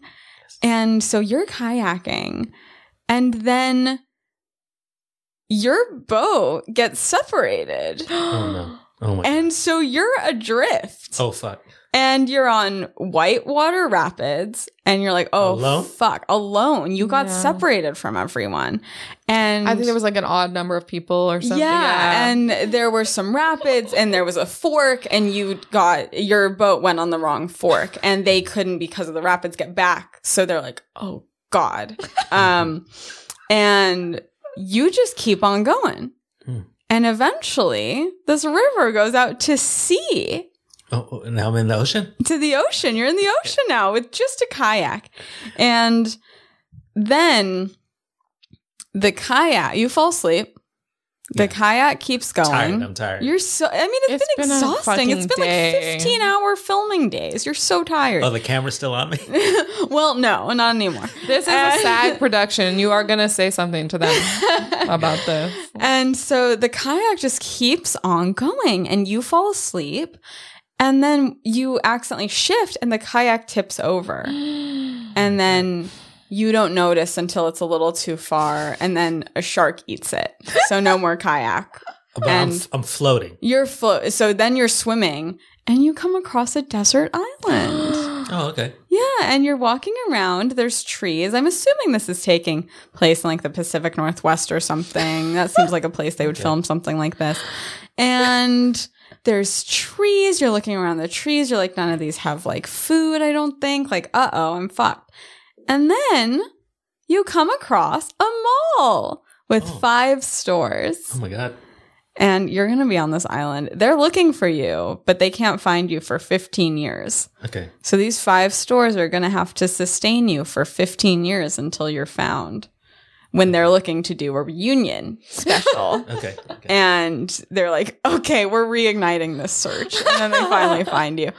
and so you're kayaking, and then your boat gets separated, oh no. Oh my. and so you're adrift, oh fuck. and you're on whitewater rapids, and you're like, oh Alone? fuck, alone. You got Yeah. separated from everyone, and I think there was like an odd number of people or something. yeah, and there were some rapids, and there was a fork, and you got your boat went on the wrong fork, and they couldn't because of the rapids get back. So they're like, "Oh God," um, and you just keep on going, Hmm. and eventually this river goes out to sea, Oh, oh, now I'm in the ocean. to the ocean. You're in the ocean now with just a kayak, and then the kayak you fall asleep. The Yeah. kayak keeps going. Tired. I'm tired. You're so. I mean, it's It's been, been a exhausting. It's fucking been day. like 15 hour filming days. You're so tired. oh, the camera's still on me. well, no, not anymore. This is Uh, a SAG production. You are going to say something to them about this. And so the kayak just keeps on going, and you fall asleep, and then you accidentally shift, and the kayak tips over, and then. You don't notice until it's a little too far, and then a shark eats it. So, no more kayak. But I'm, And- I'm floating. You're flo- so then you're swimming, and you come across a desert island. Oh, okay. Yeah, and you're walking around. There's trees. I'm assuming this is taking place in like the Pacific Northwest or something. That seems like a place they would film something like this. And there's trees. You're looking around the trees. You're like, none of these have like food, I don't think. Like, uh oh, I'm fucked. And then you come across a mall with Oh. five stores. Oh my god. And you're going to be on this island. They're looking for you, but they can't find you for 15 years. Okay. So these five stores are going to have to sustain you for 15 years until you're found when they're looking to do a reunion special. Okay. okay. and they're like, okay, we're reigniting this search. And then they finally find you.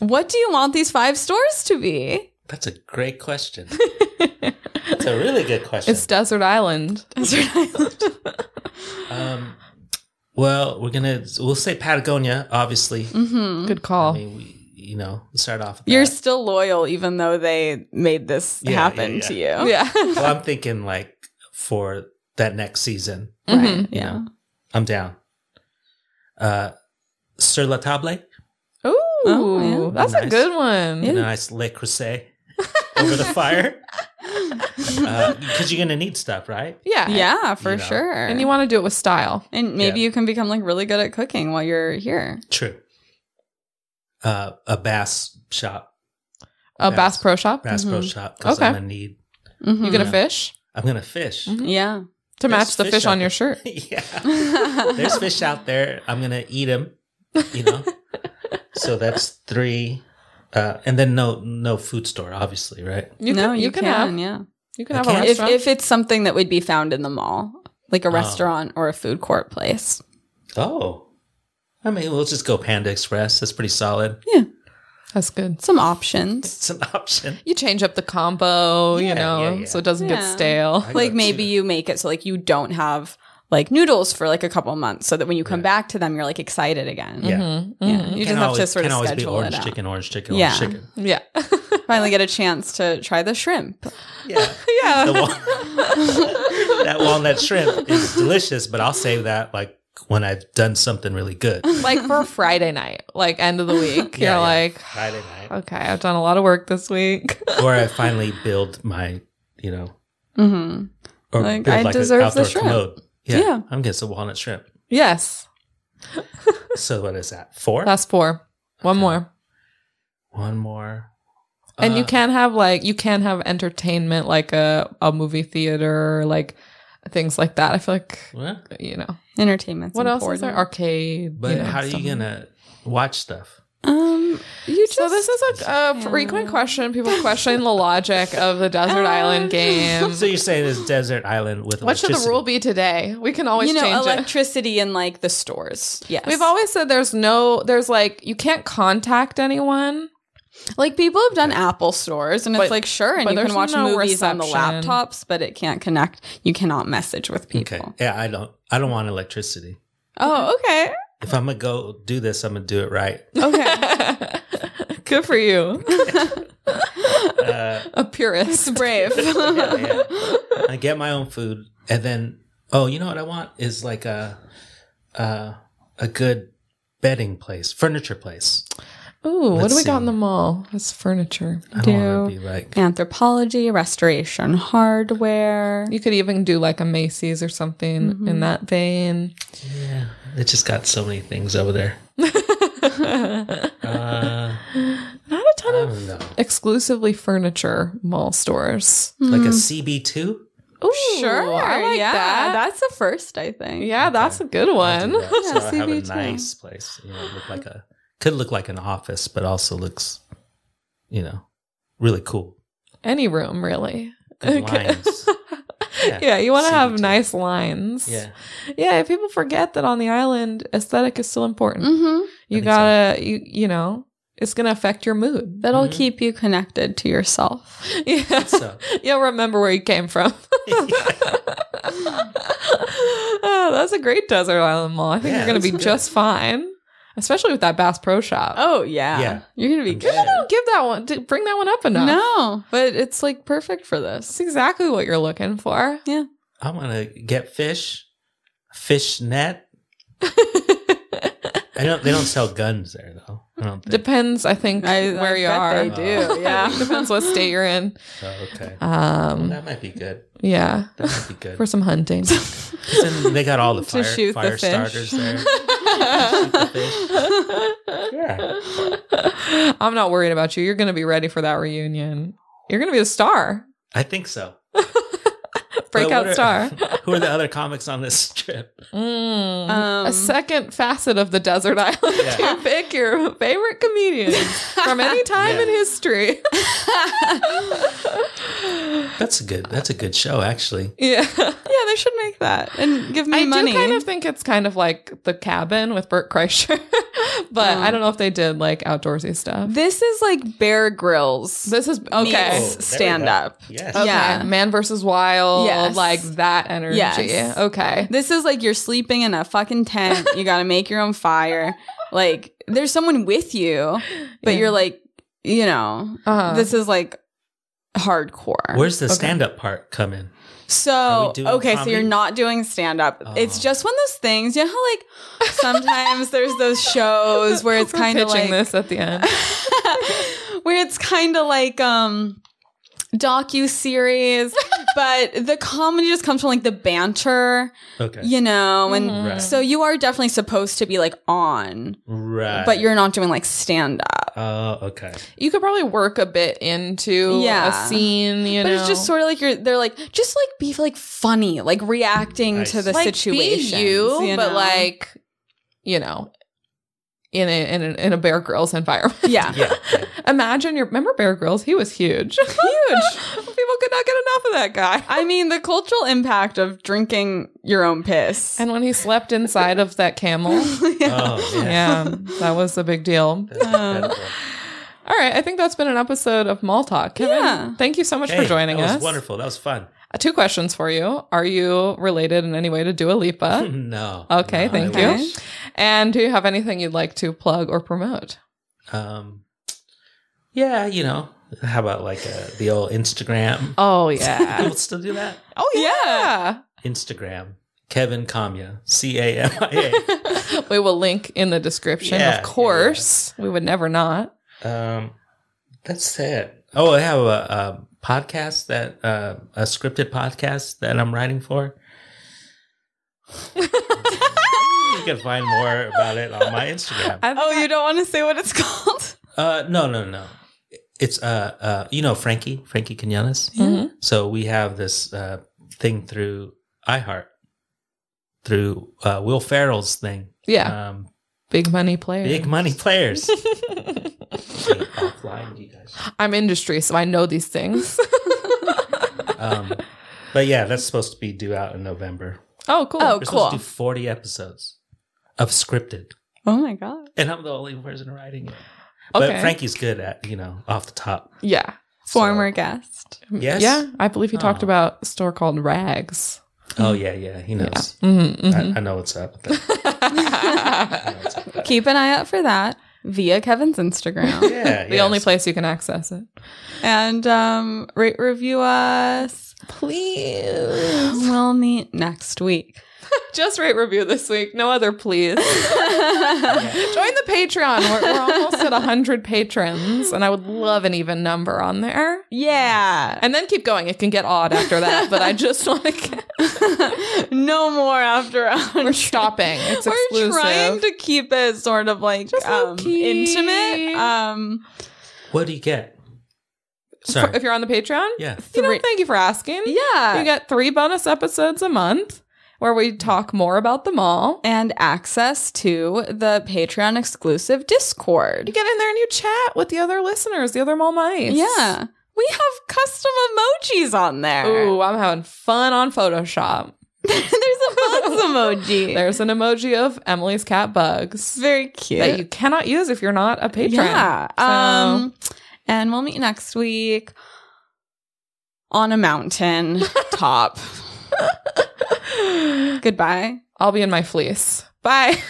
What do you want these five stores to be? That's a great question. That's a really good question. It's Desert Island. Desert Island. um, well, we're gonna we'll say Patagonia, obviously. Mhm. Good call. I mean, we you know we start off. With You're that. still loyal, even though they made this Yeah, yeah, happen yeah. to you. yeah. well, I'm thinking like for that next season, Right. Mhm. Mm-hmm. you Yeah. know, I'm down. Uh, Sur la table, Ooh, Oh, yeah. that's a Nice. good one. a nice Le Creuset over the fire, because you're gonna need stuff, right? Yeah. Yeah, for You know. sure. And you want to do it with style. And maybe Yeah. you can become like really good at cooking while you're here. True. Uh, a bass shop, A Bass. Bass Pro Shop. bass pro Mhm. shop, because Okay. I'm gonna need. Mhm. You gonna Yeah. fish I'm gonna fish. Mhm. yeah. to There's match the fish fish, on out your shirt. yeah, there's fish out there. I'm gonna eat them. You know, so that's three. Uh, and then no no food store, obviously, right? You no, can, you, can, have yeah. you can I have can. a If, restaurant. if it's something that would be found in the mall, like a Oh. restaurant or a food court place. Oh. I mean, we'll just go Panda Express. That's pretty solid. that's good. Some options. It's an option. You change up the combo, Yeah, you know, yeah, yeah. so it doesn't get Yeah. stale. I Like got maybe two. you make it so like you don't have like noodles for like a couple months so that when you come Yeah. back to them you're like excited again. Yeah. Mhm, Yeah. mhm. You Can't just have to always- sort of can't always be schedule orange it out. chicken, orange chicken, Yeah. orange chicken. mm-hmm. Yeah. Finally get a chance to try the shrimp. Yeah. yeah. The wal- that walnut shrimp is delicious, but I'll save that like when I've done something really good. like for Friday night, like end of the week. you're Yeah, yeah. like, Friday night. okay, I've done a lot of work this week. Or I finally build my, you know, Mm-hmm. or Like, build I like deserve the an outdoor shrimp. commode. Yeah. Yeah. I'm getting some walnut shrimp. yes, So what is that? Four? that's four. One more, One more. and you Uh, can have like you can have entertainment, like a a movie theater, like things like that. I feel like what? you know Entertainment's what else is important. there? Arcade. But know, how are you stuff. gonna watch stuff? Um Um, you just So this is a, a frequent question. People question the logic of the desert island game. So you're saying this desert island with What should the electricity. rule be today? We can always you know change it. electricity in like the stores. Yes, We've always said there's no, there's like you can't contact anyone. like people have done Apple stores, and But- it's like sure, and but you can there's watch no movies on the reception. laptops, but it can't connect. You cannot message with people. Okay. Yeah, I don't. I don't want electricity. Oh, okay, If I'm gonna go do this, I'm gonna do it right. okay. Good for you, Uh, a purist. Brave. yeah. I get my own food, and then oh, you know what I want is like a uh, a good bedding place, furniture place. Ooh, what Let's do we got see. in the mall? That's furniture. I don't want to be like Anthropology, restoration, hardware. You could even do like a Macy's or something in that vein. yeah. It just got so many things over there. Uh, Not a I ton of don't know, exclusively furniture mall stores. like Hmm. a CB two. Ooh, Sure, I like yeah, that. That's the first, I think. yeah, that's a good one. So I have a CB2. nice place. You know, look like a could look like an office, but also looks, you know, really cool. Any room really. Good Okay. lines. Yeah, Yeah, you want to have CB2. nice lines. Yeah. yeah. People forget that on the island, aesthetic is still important. Mm-hmm. You think gotta, you you know, it's gonna affect your mood. That'll Mhm. keep you connected to yourself. Yeah, So you'll remember where you came from. oh, that's a great desert island mall. I think Yeah, you're gonna that's be good. just fine, especially with that Bass Pro Shop. Oh yeah, Yeah. you're gonna be I'm good. I don't give that one. d- Bring that one up enough. Oh. No, but it's like perfect for That's this. exactly what you're looking for. I want to get fish, fish net. I don't. They don't sell guns there though. I don't think. Depends, I think, I- I where you bet are. They Oh. do. Yeah, Depends what state you're in. so, okay. Um, That might be good. yeah, That might be good. for some hunting. 'Cause then they got all the To fire, shoot the fire fish. starters there. Yeah. I'm not worried about you. You're going to be ready for that reunion. You're going to be a star, I think so. breakout what star. are- Who are the other comics on this trip? Mm. a Um, second facet of the desert island. Yeah. You pick your favorite comedian from any time in Yeah. history. That's a good. That's a good show, actually. yeah. yeah, they should make that and give me I money. do kind of think it's kind of like the cabin with Bert Kreischer, but Mm. I don't know if they did like outdoorsy stuff. this is like Bear Grylls. This is okay. Oh, there we Stand go. up. Oh, Yes. Okay. Yeah. Man versus wild, Yes. like that energy. Yes. Okay. This is like you're sleeping in a fucking tent. You got to make your own fire. Like there's someone with you, but Yeah. you're like, you know, Uh-huh. this is like hardcore. Where's the stand-up part come in? Are so we doing okay, so comedy? you're not doing stand up. It's Oh. just one of those things. You know how like sometimes there's those shows where it's We're kind of like pitching this at the end. where it's kind of like um docu series, but the comedy just comes from like the banter, Okay. you know, and Mhm. Right. so you are definitely supposed to be like on, Right. but you're not doing like stand up. Oh, okay. you could probably work a bit into Yeah. a scene, you But know. it's just sort of like you're they're like just like be like funny, like reacting I to the see. like, situation. be you, but know? like, you know, in a in a, in a Bear Grylls environment. yeah. Yeah. yeah. Imagine your remember Bear Grylls? He was huge, huge. People could not get enough of that guy. I mean, the cultural impact of drinking your own piss. And when he slept inside of that camel, yeah. Oh, yeah. yeah, that was a big deal. Uh, That's incredible. All right, I think that's been an episode of Mall Talk. Kevin, Yeah. thank you so much Hey, for joining that was us. wonderful. That was fun. Uh, Two questions for you: Are you related in any way to Dua Lipa? no. Oh. Okay, No, thank I you. wish. and do you have anything you'd like to plug or promote? Um, yeah, you know, how about like uh, the old Instagram? Oh People still do that. oh yeah. Instagram. Kevin Kamya. C A M I we will link in the description, Yeah, of course. We would never not. A. Um, that's it. Oh, I have a, a podcast that uh, a scripted podcast that I'm writing for. you can find more about it on my Instagram. Oh, you don't want to say what it's called? Uh, no, no, no. It's uh, uh, you know, Frankie, Frankie Quinones. Mhm. So we have this uh thing through iHeart, through uh, Will Ferrell's thing. Yeah, Um, big money player. big money players. Stay offline, you guys. I'm industry, so I know these things. Um, but yeah, that's supposed to be due out in November. oh, cool. Oh, We're cool. supposed to do 40 episodes of scripted, Oh my god. and I'm the only person writing it. But Okay. Frankie's good at, you know, off the top. yeah. Former So- guest. Yes? Yeah. I believe he talked Oh. about a store called Rags. Oh, yeah, yeah. He knows. Mm-hmm, I, I know what's up. with that. I know what's up with that. Keep an eye out for that via Kevin's Instagram. Yeah. the yeah. only place you can access it. and um rate review us. Please. We'll meet next week. Just rate review this week. No other please. Join the Patreon. We're, we're almost at 100 patrons, and I would love an even number on there. yeah. And then keep going. It can get odd after that, but I just want to get, no more after a we're hundred. stopping. It's We're exclusive. trying to keep it sort of like Just um, low-key. intimate. Um, What do you get? For- Sorry. if you're on the Patreon, yeah. you know, Three- thank you for asking. yeah, You get three bonus episodes a month where we talk more about them all. and access to the Patreon exclusive Discord. You get in there and you chat with the other listeners, the other mall mice. Yeah, we have custom emojis on there. Ooh, I'm having fun on Photoshop. There's a bugs emoji. There's an emoji of Emily's cat it's bugs very cute. that you cannot use if you're not a patron. Yeah. So- Um, and we'll meet next week on a mountain top. Goodbye. I'll be in my fleece. Bye.